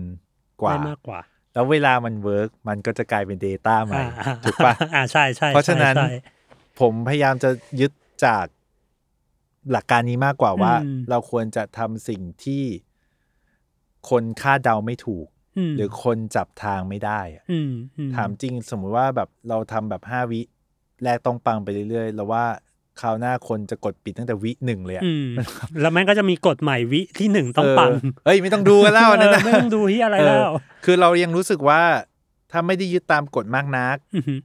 Speaker 3: กว่า
Speaker 2: ได้มากกว่า
Speaker 3: แล้วเวลามันเวิร์กมันก็จะกลายเป็น Data ใหม่
Speaker 2: อ่า
Speaker 3: ถูกปะ
Speaker 2: อ่าใช่ใช่
Speaker 3: เพราะฉะนั้น
Speaker 2: ใช่ใช่
Speaker 3: ผมพยายามจะยึดจากหลักการนี้มากกว่าว่า
Speaker 2: อืม
Speaker 3: เราควรจะทำสิ่งที่คนคาดเดาไม่ถูก
Speaker 2: ม
Speaker 3: หรือคนจับทางไม่ได้อะ
Speaker 2: อืมอื
Speaker 3: ถามจริงสมมุติว่าแบบเราทำแบบห้าวิ แรกต้องปังไปเรื่อยๆ แล้วว่าคราวหน้าคนจะกดปิดตั้งแต่วิหนึ่งเลยอะ
Speaker 2: อืมแล้วมันก็จะมีกฎใหม่วิที่หนึ่งต้องปัง
Speaker 3: เออเอ้ยไม่ต้องดูกันแล้วอันนะนะ
Speaker 2: เออไม่ต้องดูที่อะไรแล้ว
Speaker 3: เออคือเรายังรู้สึกว่าถ้าไม่ได้ยึดตามกฎมากนัก
Speaker 2: อหือ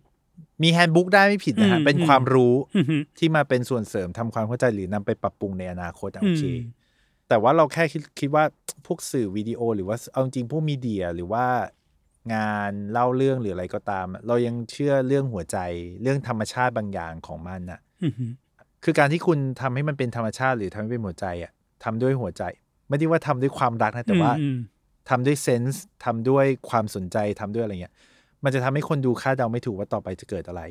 Speaker 3: มีแฮนด์บุ๊กได้ไม่ผิดนะฮะ
Speaker 2: อืม
Speaker 3: เป็นความรู้
Speaker 2: อื้อหือ
Speaker 3: ที่มาเป็นส่วนเสริมทำความเข้าใจหรือนำไปปรับปรุงในอนาคตอะโอเค
Speaker 2: อืม
Speaker 3: แต่ว่าเราแค่คิดคิดว่าพวกสื่อวิดีโอ หรือว่าเอาจริงพวกมีเดียหรือว่างานเล่าเรื่องหรืออะไรก็ตามอะเรายังเชื่อเรื่องหัวใจเรื่องธรรมชาติบางอย่างของมันน่ะ
Speaker 2: อื้อหือ
Speaker 3: คือการที่คุณทำให้มันเป็นธรรมชาติหรือทำให้เป็นหัวใจอ่ะทำด้วยหัวใจ ไม่ได้ว่าทำด้วยความรักนะแต่ว่า
Speaker 2: อืมอืม
Speaker 3: ทำด้วยเซนส์ทำด้วยความสนใจทำด้วยอะไรเงี้ย มันจะทำให้คนดูคาดเดาไม่ถูกว่าต่อไปจะเกิดอะไร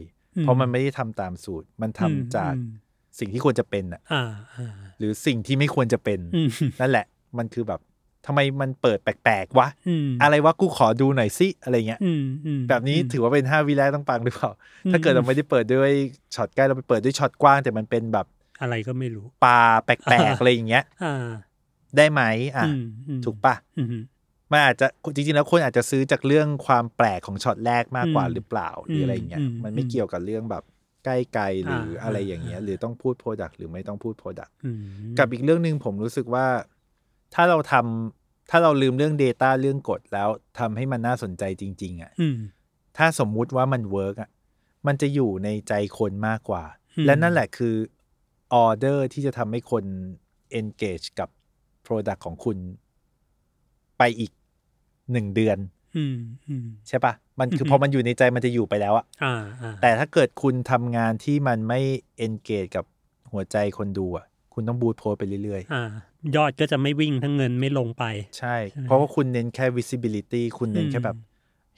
Speaker 3: เพราะมันไม่ได้ทำตามสูตร มันทำ
Speaker 2: อืม
Speaker 3: จาก
Speaker 2: อืม
Speaker 3: สิ่งที่ควรจะเป็นอ่ะ
Speaker 2: อ่าอ่า
Speaker 3: หรือสิ่งที่ไม่ควรจะเป็น
Speaker 2: อืม
Speaker 3: นั่นแหละ มันคือแบบทำไมมันเปิดแปลกๆวะ
Speaker 2: อืม
Speaker 3: อะไรวะกูขอดูหน่อยสิอะไรเงี้ย
Speaker 2: อืมอืม
Speaker 3: แบบนี้
Speaker 2: ม
Speaker 3: ถือว่าเป็นห้าวิแรกต้องปังหรือเปล่า
Speaker 2: อืม
Speaker 3: ถ้าเกิดเราไม่ได้เปิดด้วยช็อตใกล้เราไปเปิดด้วยช็อตกว้าง แต่มันเป็นแบบ
Speaker 2: อะไรก็ไม่รู้
Speaker 3: ปลาแปลกๆอะไรอย่างเงี้ย
Speaker 2: อ่า
Speaker 3: ได้ไหมอ่ะ
Speaker 2: อืมอืม
Speaker 3: ถูกปะ
Speaker 2: อืม
Speaker 3: มันอาจจะจริงๆแล้วคนอาจจะซื้อจากเรื่องความแปลกของช็อตแรกมากกว่า
Speaker 2: อืม
Speaker 3: หรือเปล่าหรืออะไรอย่างเงี้ย
Speaker 2: อืม
Speaker 3: มันไม่เกี่ยวกับเรื่องแบบใกล้ไกลหรืออา อะไรอย่างเงี้ยหรือต้องพูดโปรดักหรือไม่ต้องพูดโปรดัก
Speaker 2: อืม
Speaker 3: กับอีกเรื่องหนึ่งผมรู้สึกว่า ถ้าเราทำถ้าเราลืมเรื่อง Data เรื่องกฎแล้วทำให้มันน่าสนใจจริง ๆอะ่ะ
Speaker 2: อืม
Speaker 3: ถ้าสมมุติว่ามันเวิร์กอ่ะมันจะอยู่ในใจคนมากกว่า
Speaker 2: อืม
Speaker 3: และนั่นแหละคือออเดอร์ที่จะทำให้คน engage กับ Product ของคุณ ไปอีกหนึ่งเดือน
Speaker 2: อืมอืม
Speaker 3: ใช่ปะมันคือ
Speaker 2: อืม
Speaker 3: พอมันอยู่ในใจมันจะอยู่ไปแล้วอะ
Speaker 2: อ่าอ่า
Speaker 3: แต่ถ้าเกิดคุณทำงานที่มันไม่ engage กับหัวใจคนดูอะคุณต้องบูทโพสไปเรื่อยๆ
Speaker 2: อ่ายอดก็จะไม่วิ่งทั้งเงินไม่ลงไป
Speaker 3: ใช่ เพราะว่าคุณเน้นแค่ visibility คุณเน้นแค่
Speaker 2: อืม
Speaker 3: แบบ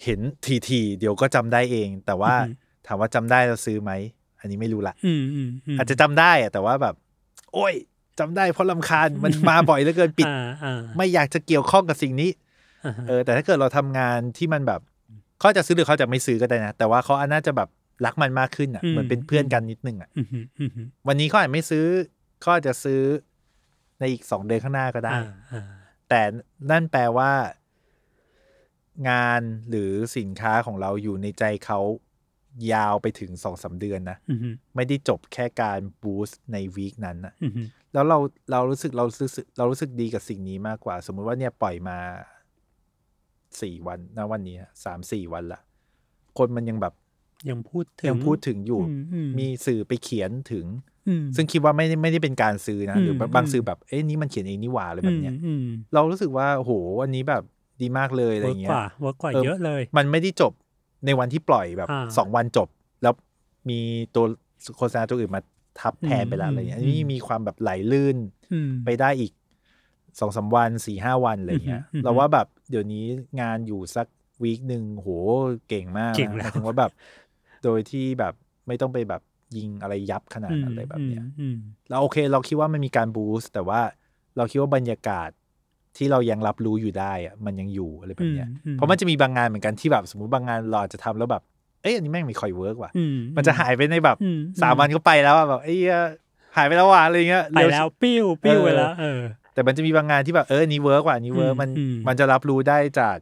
Speaker 3: เห็นทีทีๆเดี๋ยวก็จำได้เอง แต่ว่า
Speaker 2: อืม
Speaker 3: ถามว่าจำได้เราซื้อไหม อันนี้ไม่รู้ละ
Speaker 2: อืมอืมม
Speaker 3: อาจจะจำได้อะแต่ว่าแบบ โอ้ยจำได้เพราะลำคาญมันมาบ่อยเหลือเกินปิด
Speaker 2: อ่าอ่า
Speaker 3: ไม่อยากจะเกี่ยวข้องกับสิ่งนี้
Speaker 2: อ่าฮะ
Speaker 3: เออ แต่ถ้าเกิดเราทำงานที่มันแบบเขาจะซื้อหรือเขาจะไม่ซื้อก็ได้นะ แต่ว่าเขาอาจน่าจะแบบรักมันมากขึ้นอ่ะเหมือนเป็นเพื่อนกันนิดนึงอ่ะ
Speaker 2: อืมอืมอืม
Speaker 3: วันนี้เขาอาจไม่ซื้อเขาอาจจะซื้อในอีกสองเดือนข้างหน้าก็ได้
Speaker 2: อ่าอ่า
Speaker 3: แต่นั่นแปลว่า งานหรือสินค้าของเราอยู่ในใจเขายาวไปถึงสองสามเดือนนะ
Speaker 2: อืมอืม
Speaker 3: ไม่ได้จบแค่การบูสต์ในวีคนั้นนะ
Speaker 2: อืม
Speaker 3: แล้วเราเรารู้สึกเรารู้สึกเรารู้สึกดีกับสิ่งนี้มากกว่า สมมุติว่าเนี่ยปล่อยมาสี่วันนะวันนี้สามสี่วันละคนมันยังแบบ
Speaker 2: ยังพูดถึง
Speaker 3: ยังพูดถึงอยู่
Speaker 2: อือื
Speaker 3: มีสื่อไปเขียนถึง
Speaker 2: อืม
Speaker 3: ซึ่งคิดว่าไม่ได้ไม่ได้เป็นการซื้อนะหรือแบบ
Speaker 2: อืม
Speaker 3: บาง
Speaker 2: อืม
Speaker 3: สื่อแบบเอ้ยนี่มันเขียนเองนี่หว่าอะไร
Speaker 2: อื
Speaker 3: แบบ
Speaker 2: ม
Speaker 3: เนี้ย
Speaker 2: อืม
Speaker 3: เรารู้สึกว่าโหวันนี้แบบดีมากเลยอะไร
Speaker 2: เวิร์ก
Speaker 3: เงี้
Speaker 2: ก
Speaker 3: ย
Speaker 2: ว่าเวิร์กกว่า
Speaker 3: เออ
Speaker 2: เยอะเลย
Speaker 3: มันไม่ได้จบในวันที่ปล่อยแบบ
Speaker 2: อ่า
Speaker 3: สองวันจบ แล้วมีตัวโฆษณาตัวอื่นมาทับแทนไปละ
Speaker 2: อืม
Speaker 3: อะไรเงี้ย
Speaker 2: อื
Speaker 3: อั
Speaker 2: ม
Speaker 3: นนี่มีความแบบไหลลื่น
Speaker 2: อืม
Speaker 3: ไปได้อีกสองสามวันสี่ห้าวันอะไรเงี้ย
Speaker 2: อืมอืม
Speaker 3: เราว่าแบบเดี๋ยวนี้งานอยู่สักวีคหนึ่งโหเก่งมากนะ
Speaker 2: เก่งแล้ว
Speaker 3: หมายถึงว่าแบบ โดยที่แบบไม่ต้องไปแบบยิงอะไรยับขนาดนั้นอะไรแบบเนี้ย
Speaker 2: อืม
Speaker 3: เราโอเค เราคิดว่ามันมีการบูสต์แต่ว่าเราคิดว่าบรรยากาศที่เรายังรับรู้อยู่ได้อะมันยังอยู่อะไรแบ
Speaker 2: อื
Speaker 3: บ
Speaker 2: ม
Speaker 3: เนี้ย
Speaker 2: อื
Speaker 3: เพราะมันจะมีบางงานเหมือนกันที่แบบสมมติบางงานเราอาจจะทำแล้วแบบเอ้ยอันนี้แม่งไม่ค่อยเวิร์กว่ะ
Speaker 2: อื
Speaker 3: มันจะหายไปในแบบ
Speaker 2: อื
Speaker 3: สามวันก็ไปแล้วอะแบบเอ้ยหายไปแล้วว่ะอะไรเงี้ย
Speaker 2: ไป
Speaker 3: เร็ว
Speaker 2: แล้วปิ้วปิ้ว
Speaker 3: เออ
Speaker 2: ไปแล้ว เออ
Speaker 3: แต่มันจะมีบางงานที่แบบเอออนนี้เวิร์กว่ะอันนี้เวิร์ก
Speaker 2: อืม
Speaker 3: มัน
Speaker 2: อืม
Speaker 3: มันจะรับรู้ได้จาก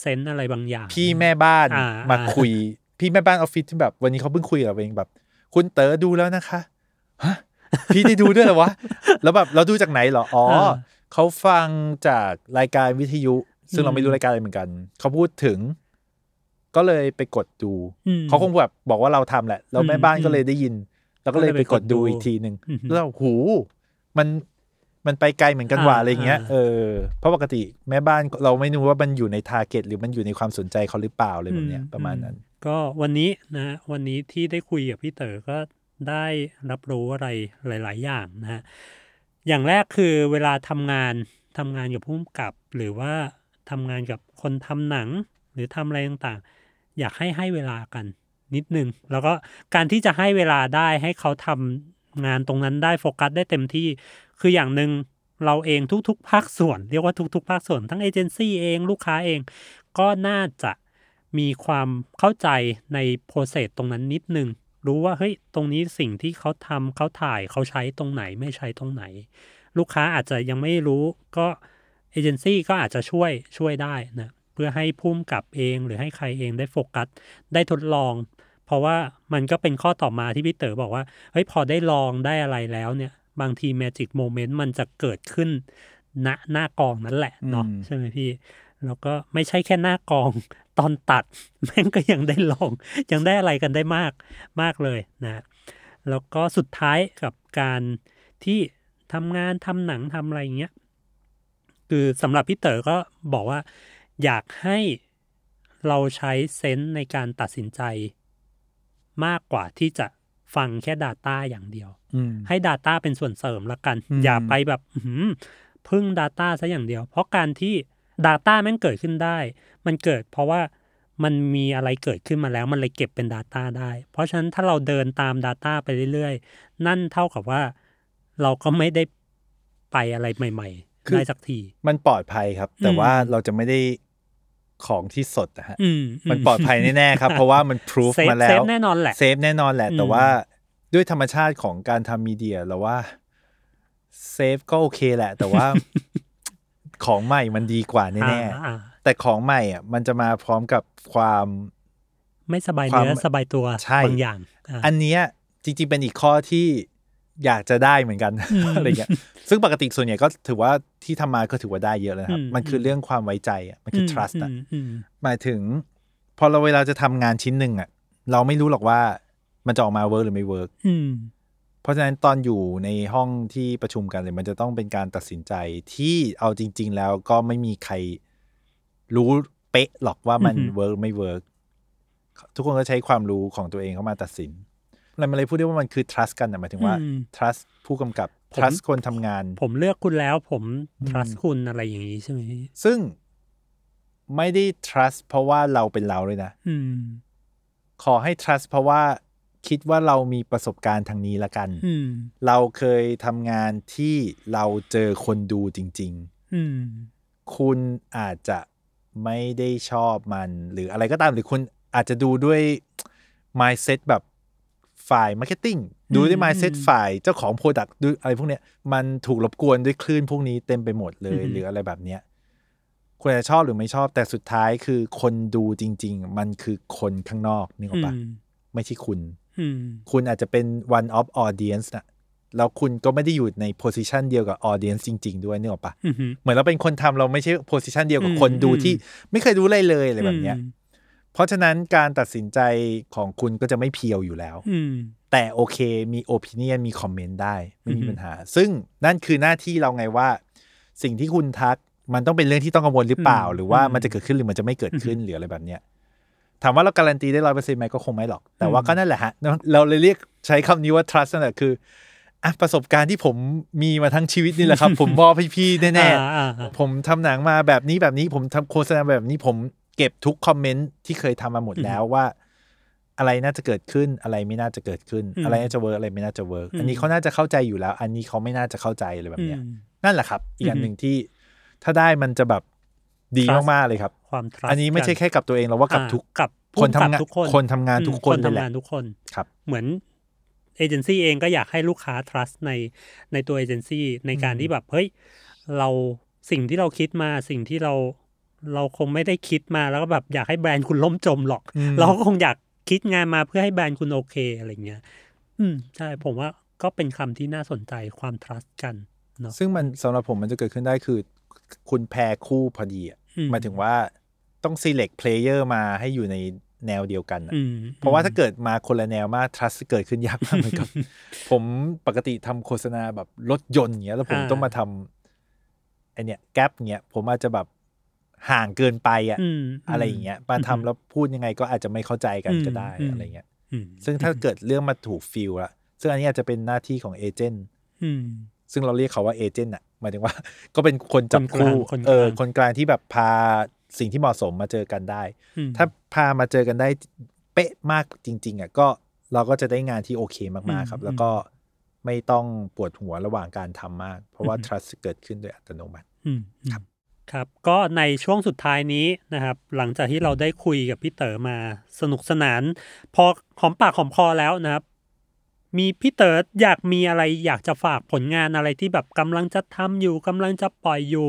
Speaker 2: เซนส์อะไรบางอย่าง
Speaker 3: พี่แม่บ้าน
Speaker 2: อ่า
Speaker 3: มา
Speaker 2: อ่า
Speaker 3: คุย พี่แม่บ้านออฟฟิศที่แบบวันนี้เขาเพิ่งคุยกับเราเองแบบ คุณเต๋อดูแล้วนะคะฮะพี่ได้ดูด้วยเหรอ วะแล้วแบบเราดูจากไหนเหรออ๋อ
Speaker 2: อ่า
Speaker 3: เขาฟังจากรายการวิทยุ ซึ่
Speaker 2: อืม
Speaker 3: งเราไม่รู้รายการอะไรเหมือนกัน เขาพูดถึง ก็เลยไปกดดู
Speaker 2: อืม
Speaker 3: เขาคงแบบบอกว่าเราทำแหละ แล้วแม่
Speaker 2: อืม
Speaker 3: บ้านก็เลยได้ยิน แล้วก็เลยไปกด
Speaker 2: ก็เลยไปกด
Speaker 3: ดู
Speaker 2: ดู
Speaker 3: อีกทีหนึ่ง
Speaker 2: อือหือ
Speaker 3: แล้วหู มันมันไปไกลเหมือนกัน
Speaker 2: อ่า
Speaker 3: ว่าอะไรเงี้ย
Speaker 2: อ่า
Speaker 3: เออเพราะปกติแม่บ้านเราไม่รู้ว่ามันอยู่ในทาร์เก็ตหรือมันอยู่ในความสนใจเขาหรือเปล่าอะไรแบบเนี้ย
Speaker 2: อื
Speaker 3: ประมาณนั้น
Speaker 2: อืก็วันนี้นะ วันนี้ที่ได้คุยกับพี่เต๋อก็ได้รับรู้อะไรหลาย ๆ อย่างนะฮะอย่างแรกคือเวลาทำงานทำงานกับผู้กำกับ หรือว่าทำงานกับคนทำหนัง หรือทำอะไรต่างๆ อยากให้ให้เวลากัน นิดนึง แล้วก็การที่จะให้เวลาได้ให้เขาทำงานตรงนั้นได้โฟกัสได้เต็มที่ คืออย่างหนึ่งเราเองทุก ๆ ภาคส่วน เรียกว่าทุก ๆ ภาคส่วนทั้งเอเจนซี่เองลูกค้าเอง ก็น่าจะมีความเข้าใจในโปรเซสตรงนั้นนิดนึง รู้ว่าเฮ้ยตรงนี้สิ่งที่เขาทำเขาถ่ายเขาใช้ตรงไหนไม่ใช้ตรงไหน ลูกค้าอาจจะยังไม่รู้ก็เอเจนซี่ก็อาจจะช่วยช่วยได้นะเพื่อให้พุ่มกับเองหรือให้ใครเองได้โฟกัส ได้ทดลอง เพราะว่ามันก็เป็นข้อต่อมาที่พี่เต๋อบอกว่าเฮ้ยพอได้ลองได้อะไรแล้วเนี่ย บางทีแมจิกโมเมนต์มันจะเกิดขึ้นณหน้ากองนั้นแหละเนาะ
Speaker 3: อืม
Speaker 2: ใช่ไหมพี่ แล้วก็ไม่ใช่แค่หน้ากอง ตอนตัด แม่งก็ยังได้ลอง ยังได้อะไรกันได้มากมากเลยนะแล้วก็สุดท้ายกับการที่ทำงานทำหนังทำอะไรอย่างเงี้ย คือสำหรับพี่เต๋อก็บอกว่า อยากให้เราใช้เซนส์ในการตัดสินใจ มากกว่าที่จะฟังแค่ Data อย่างเดียว
Speaker 3: อืม
Speaker 2: ให้ Data เป็นส่วนเสริมละกัน
Speaker 3: อืม
Speaker 2: อย่าไปแบบอื้อหือพึ่ง Data ซะอย่างเดียว เพราะการที่ Data แม่งเกิดขึ้นได้ มันเกิดเพราะว่ามันมีอะไรเกิดขึ้นมาแล้วมันเลยเก็บเป็น Data ได้ เพราะฉะนั้นถ้าเราเดินตาม Data ไปเรื่อยๆ นั่นเท่ากับว่า เราก็ไม่ได้ไปอะไรใหม่ ๆ ได้สักที
Speaker 3: มันปลอดภัยครับ แต่
Speaker 2: อืม
Speaker 3: ว่าเราจะไม่ได้ของที่สดนะฮะ
Speaker 2: อืม
Speaker 3: มันปลอดภัยแน่ๆครับ เพราะว่ามันพิสูจ
Speaker 2: เซฟ
Speaker 3: มาแล้
Speaker 2: เซ
Speaker 3: ว
Speaker 2: ฟแน่นอนแหละ
Speaker 3: เซฟแน่นอนแหละ แต่
Speaker 2: อืม
Speaker 3: ว่า ด้วยธรรมชาติของการทำมีเดียเราว่าเซฟก็โอเคแหละ แต่ ว่า ของใหม่มันดีกว่าแน่
Speaker 2: อ่าอ่า
Speaker 3: ๆแต่ของใหม่อ่ะมันจะมาพร้อมกับความ
Speaker 2: ไม่สบายเนื้อ
Speaker 3: ความ
Speaker 2: สบายตัว
Speaker 3: ใช่
Speaker 2: บางอย่างอ่า
Speaker 3: อันเนี้ยจริงๆเป็นอีกข้อที่อยากจะได้เหมือนกัน อะไรเงี้ยซึ่งปกติส่วนใหญ่ก็ถือว่าที่ทำมาก็ถือว่าได้เยอะแล้วนะครับ
Speaker 2: อืม
Speaker 3: มันคือเรื่องความไว้ใจอะมันคืออ trust อะ
Speaker 2: มอืม
Speaker 3: หมายถึง พอเราเวลาจะทำงานชิ้นหนึ่งอะเราไม่รู้หรอกว่ามันจะออกมาเวิร์กหรือไม่เวิร์ก
Speaker 2: อืม
Speaker 3: เพราะฉะนั้นตอนอยู่ในห้องที่ประชุมกันเลย มันจะต้องเป็นการตัดสินใจที่เอาจริง ๆ แล้วก็ไม่มีใครรู้เป๊ะหรอกว่ามันเวิร์กไม่เวิร์กทุกคนก็ใช้ความรู้ของตัวเองเข้ามาตัดสินเราไม่เลยพูดได้ว่ามันคือ trust กันอะหมายถึงว่า
Speaker 2: อืม
Speaker 3: trust ผู้กำกับ
Speaker 2: ผม
Speaker 3: trust คนทำงาน
Speaker 2: ผมเลือกคุณแล้วผม trust คุณอะไรอย่างนี้ใช่ไหม
Speaker 3: ซึ่งไม่ได้ trust เพราะว่าเราเป็นเราเลยนะ
Speaker 2: อืม
Speaker 3: ขอให้ trust เพราะว่าคิดว่าเรามีประสบการณ์ทางนี้ละกัน
Speaker 2: อืม
Speaker 3: เราเคยทำงานที่เราเจอคนดูจริง
Speaker 2: อืม
Speaker 3: ๆ คุณอาจจะไม่ได้ชอบมัน หรืออะไรก็ตามหรือคุณอาจจะดูด้วย mindset แบบฝ่าย marketing ดูด้วย
Speaker 2: อืม
Speaker 3: mindset ฝ่ายเจ้าของ product ดูอะไรพวกเนี้ยมันถูกรบกวนด้วยคลื่นพวกนี้เต็มไปหมดเลย
Speaker 2: อืม
Speaker 3: หรืออะไรแบบเนี้ยคุณอาจจะชอบหรือไม่ชอบแต่สุดท้ายคือคนดูจริง ๆ มันคือคนข้างนอกนึกออกปะ
Speaker 2: อืม
Speaker 3: ไม่ใช่คุณ
Speaker 2: อืม
Speaker 3: คุณอาจจะเป็น one of audience นะแล้วคุณก็ไม่ได้อยู่ใน position เดียวกับ audience จริง ๆ ด้วยนึกออกปะ
Speaker 2: อืมอืม
Speaker 3: เหมือนเราเป็นคนทำเราไม่ใช่ position เดียวกับ
Speaker 2: อืม
Speaker 3: คนดู
Speaker 2: อืม
Speaker 3: ที่ไม่เคยรู้อะไรเลยอะไรแบบเนี้ย เพราะฉะนั้นการตัดสินใจของคุณก็จะไม่เพียวอยู่แล้ว
Speaker 2: อืม
Speaker 3: แต่โอเคมี opinion มี comment ได้ ไม่มี
Speaker 2: อือฮึ
Speaker 3: ปัญหา ซึ่งนั่นคือหน้าที่เราไงว่า สิ่งที่คุณทักมันต้องเป็นเรื่องที่ต้องกังวลหรือเปล่า หรือว่ามันจะเกิดขึ้นหรือมันจะไม่เกิดขึ้นหรืออะไรแบบเนี้ยถามว่าเราการันตีได้ร้อยเปอร์เซ็นต์ไหมก็คงไม่หรอก แต่ว่าก็นั่นแหละฮะ เราเลยเรียกใช้คำนี้ว่า trust นั่นแหละคืออ่ะประสบการณ์ที่ผมมีมาทั้งชีวิตนี่แหละครับ ผมมอบให้พี่แน่
Speaker 2: อ่า
Speaker 3: ๆ
Speaker 2: อ่าอ่า
Speaker 3: ผมทำหนังมาแบบนี้แบบนี้ผมทำโฆษณาแบบนี้ผมเก็บทุกคอมเมนต์ที่เคยทำมาหมดแล้วว่า อะไรน่าจะเกิดขึ้นอะไรไม่น่าจะเกิดขึ้น
Speaker 2: อืม
Speaker 3: อะไรน่าจะเวิร์กอะไรไม่น่าจะเวิร์ก
Speaker 2: อืม
Speaker 3: อันนี้เขาน่าจะเข้าใจอยู่แล้ว อันนี้เขาไม่น่าจะเข้าใจอะไรแบบ
Speaker 2: อื
Speaker 3: เนี้ย
Speaker 2: ม
Speaker 3: นั่นแหละครับ อีกอัน
Speaker 2: อืม
Speaker 3: หนึ่งที่ถ้าได้มันจะแบบดี
Speaker 2: Trust
Speaker 3: มากๆเลยครับ
Speaker 2: ความ trust
Speaker 3: อันนี้ไม่ใช่
Speaker 2: กั
Speaker 3: แค่กับตัวเองเราว่ากับ
Speaker 2: อ่า
Speaker 3: ทุก
Speaker 2: กับ
Speaker 3: คนทำ
Speaker 2: ผู้ำกัน
Speaker 3: งา
Speaker 2: บทุกคน
Speaker 3: คนทำงาน
Speaker 2: อืม
Speaker 3: ทุกคน
Speaker 2: คน
Speaker 3: เลย
Speaker 2: ทำ
Speaker 3: แหละ
Speaker 2: งานทุกคน
Speaker 3: ครับ
Speaker 2: เหมือนเอเจนซี่เองก็อยากให้ลูกค้า trust ในในตัวเอเจนซี่ในการ
Speaker 3: อืม
Speaker 2: ที่แบบ เฮ้ย เราสิ่งที่เราคิดมาสิ่งที่เราเราคงไม่ได้คิดมาแล้วก็แบบอยากให้แบรนด์คุณล่มจมหรอก
Speaker 3: อืม
Speaker 2: เราก็คงอยากคิดงานมาเพื่อให้แบรนด์คุณโอเคอะไรเงี้ย อืม ใช่ผมว่าก็เป็นคำที่น่าสนใจความ trust กันเนาะ
Speaker 3: ซึ่งมันสำหรับผมมันจะเกิดขึ้นได้คือ คุณแพรคู่พอดีอะ
Speaker 2: อืม
Speaker 3: หมายถึงว่าต้อง select player มาให้อยู่ในแนวเดียวกันอะ
Speaker 2: อืม
Speaker 3: เพราะว่าถ้าเกิดมาคนละแนวมาก trust เกิดขึ้นยากมากเหมือนกับ ผมปกติทำโฆษณาแบบรถยนต์เงี้ย แล้วผมต้องมาทำไอเนี่ยแกลบเงี้ย ผมอาจจะแบบห่างเกินไปอะ
Speaker 2: อืม
Speaker 3: อะไรอย่างเงี้ยมาทำแล้วพูดยังไงก็อาจจะไม่เข้าใจกันก็ได้
Speaker 2: อืม
Speaker 3: อะไรเงี้ย
Speaker 2: อืม
Speaker 3: ซึ่งถ้าเกิดเรื่องมาถูกฟิลละซึ่งอันนี้อาจจะเป็นหน้าที่ของเอเจนต์
Speaker 2: อืม
Speaker 3: ซึ่งเราเรียกเขาว่าเอเจนต์อะหมายถึง ว่า ก็เป็นคนจับ
Speaker 2: คนกลาง
Speaker 3: คู่
Speaker 2: คนกลาง
Speaker 3: เออคนกลางที่แบบพาสิ่งที่เหมาะสมมาเจอกันได้
Speaker 2: อืม
Speaker 3: ถ้าพามาเจอกันได้เป๊ะมากจริง ๆอ่ะก็เราก็จะได้งานที่โอเคมากๆครับ
Speaker 2: อืม
Speaker 3: แล้วก็ไม่ต้องปวดหัวระหว่างการทำมาก เพราะว่า
Speaker 2: อืม
Speaker 3: trust เกิดขึ้นโดยอัตโนมัติ
Speaker 2: อืมครับครับก็ในช่วงสุดท้ายนี้นะครับ หลังจากที่เราได้คุยกับพี่เต๋อมาสนุกสนาน พอหอมปากหอมคอแล้วนะครับ มีพี่เต๋ออยากมีอะไรอยากจะฝากผลงานอะไรที่แบบกำลังจะทำอยู่กำลังจะปล่อยอยู่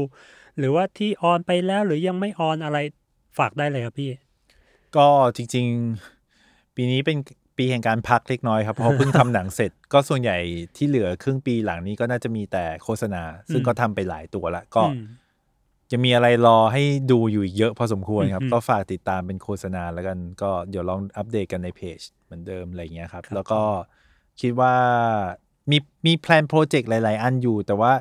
Speaker 2: หรือว่าที่ออนไปแล้วหรือยังไม่ออนอะไรฝากได้เลยครับพี่
Speaker 3: ก็จริง ๆ ปีนี้เป็นปีแห่งการพักเล็กน้อยครับ เพ ราะเพิ่งทำหนังเสร็จ ก็ส่วนใหญ่ที่เหลือครึ่งปีหลังนี้ก็น่าจะมีแต่โฆษณา ซึ่ง
Speaker 2: อืม
Speaker 3: ก็ทำไปหลายตัวละก็
Speaker 2: อืม
Speaker 3: จะมีอะไรรอให้ดูอยู่อีกเยอะพอสมควรครับ
Speaker 2: อืม
Speaker 3: ก็ฝากติดตามเป็นโฆษณาแล้วกัน ก็เดี๋ยวลองอัปเดตกันในเพจเหมือนเดิมอะไรอย่างเงี้ยครับ
Speaker 2: ครับ
Speaker 3: แล้วก็คิดว่ามีมีแพลนโปรเจกต์หลาย ๆ อันอยู่ แต่ว่า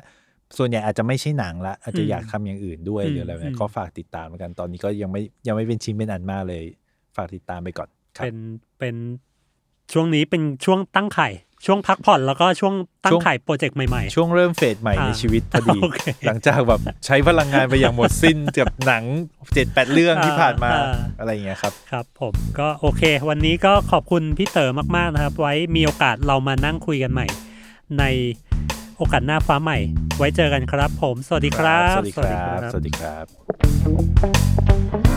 Speaker 3: ส่วนใหญ่อาจจะไม่ใช่หนังละ อาจจะอยากทำอย่างอื่นด้วยหรืออะไรแบบเนี้ยก็ฝากติดตามแล้วกันตอนนี้ก็ยังไม่ยังไม่เป็นชิ้นเป็นอันมากเลย ฝากติดตามไปก่อนครับ
Speaker 2: เป็นเป็นช่วงนี้เป็นช่วงตั้งไข่ ช่วงพักผ่อนแล้วก็ช่วงตั้
Speaker 3: ช่
Speaker 2: ง
Speaker 3: วง
Speaker 2: ไข่โปรเจกต์ใหม่
Speaker 3: ช่วงเริ่มเฟสใหม่ใน
Speaker 2: อ่า
Speaker 3: ชีวิตพอดี
Speaker 2: โอเค
Speaker 3: หลังจากแบบใช้พลังงานไปอย่างหมดสิ้นกับหนังเจ็ดแปดเรื่องที่ผ่านมาอะไรอย่างเงี้ยครับ
Speaker 2: ครับผมก็โอเค วันนี้ก็ขอบคุณพี่เต๋อมากๆนะครับ ไว้มีโอกาสเรามานั่งคุยกันใหม่ ในโอกาสหน้าฟ้าใหม่ ไว้เจอกันครับผม สวัสดีครับ
Speaker 3: สวัสดีครับ สวัสดีครับ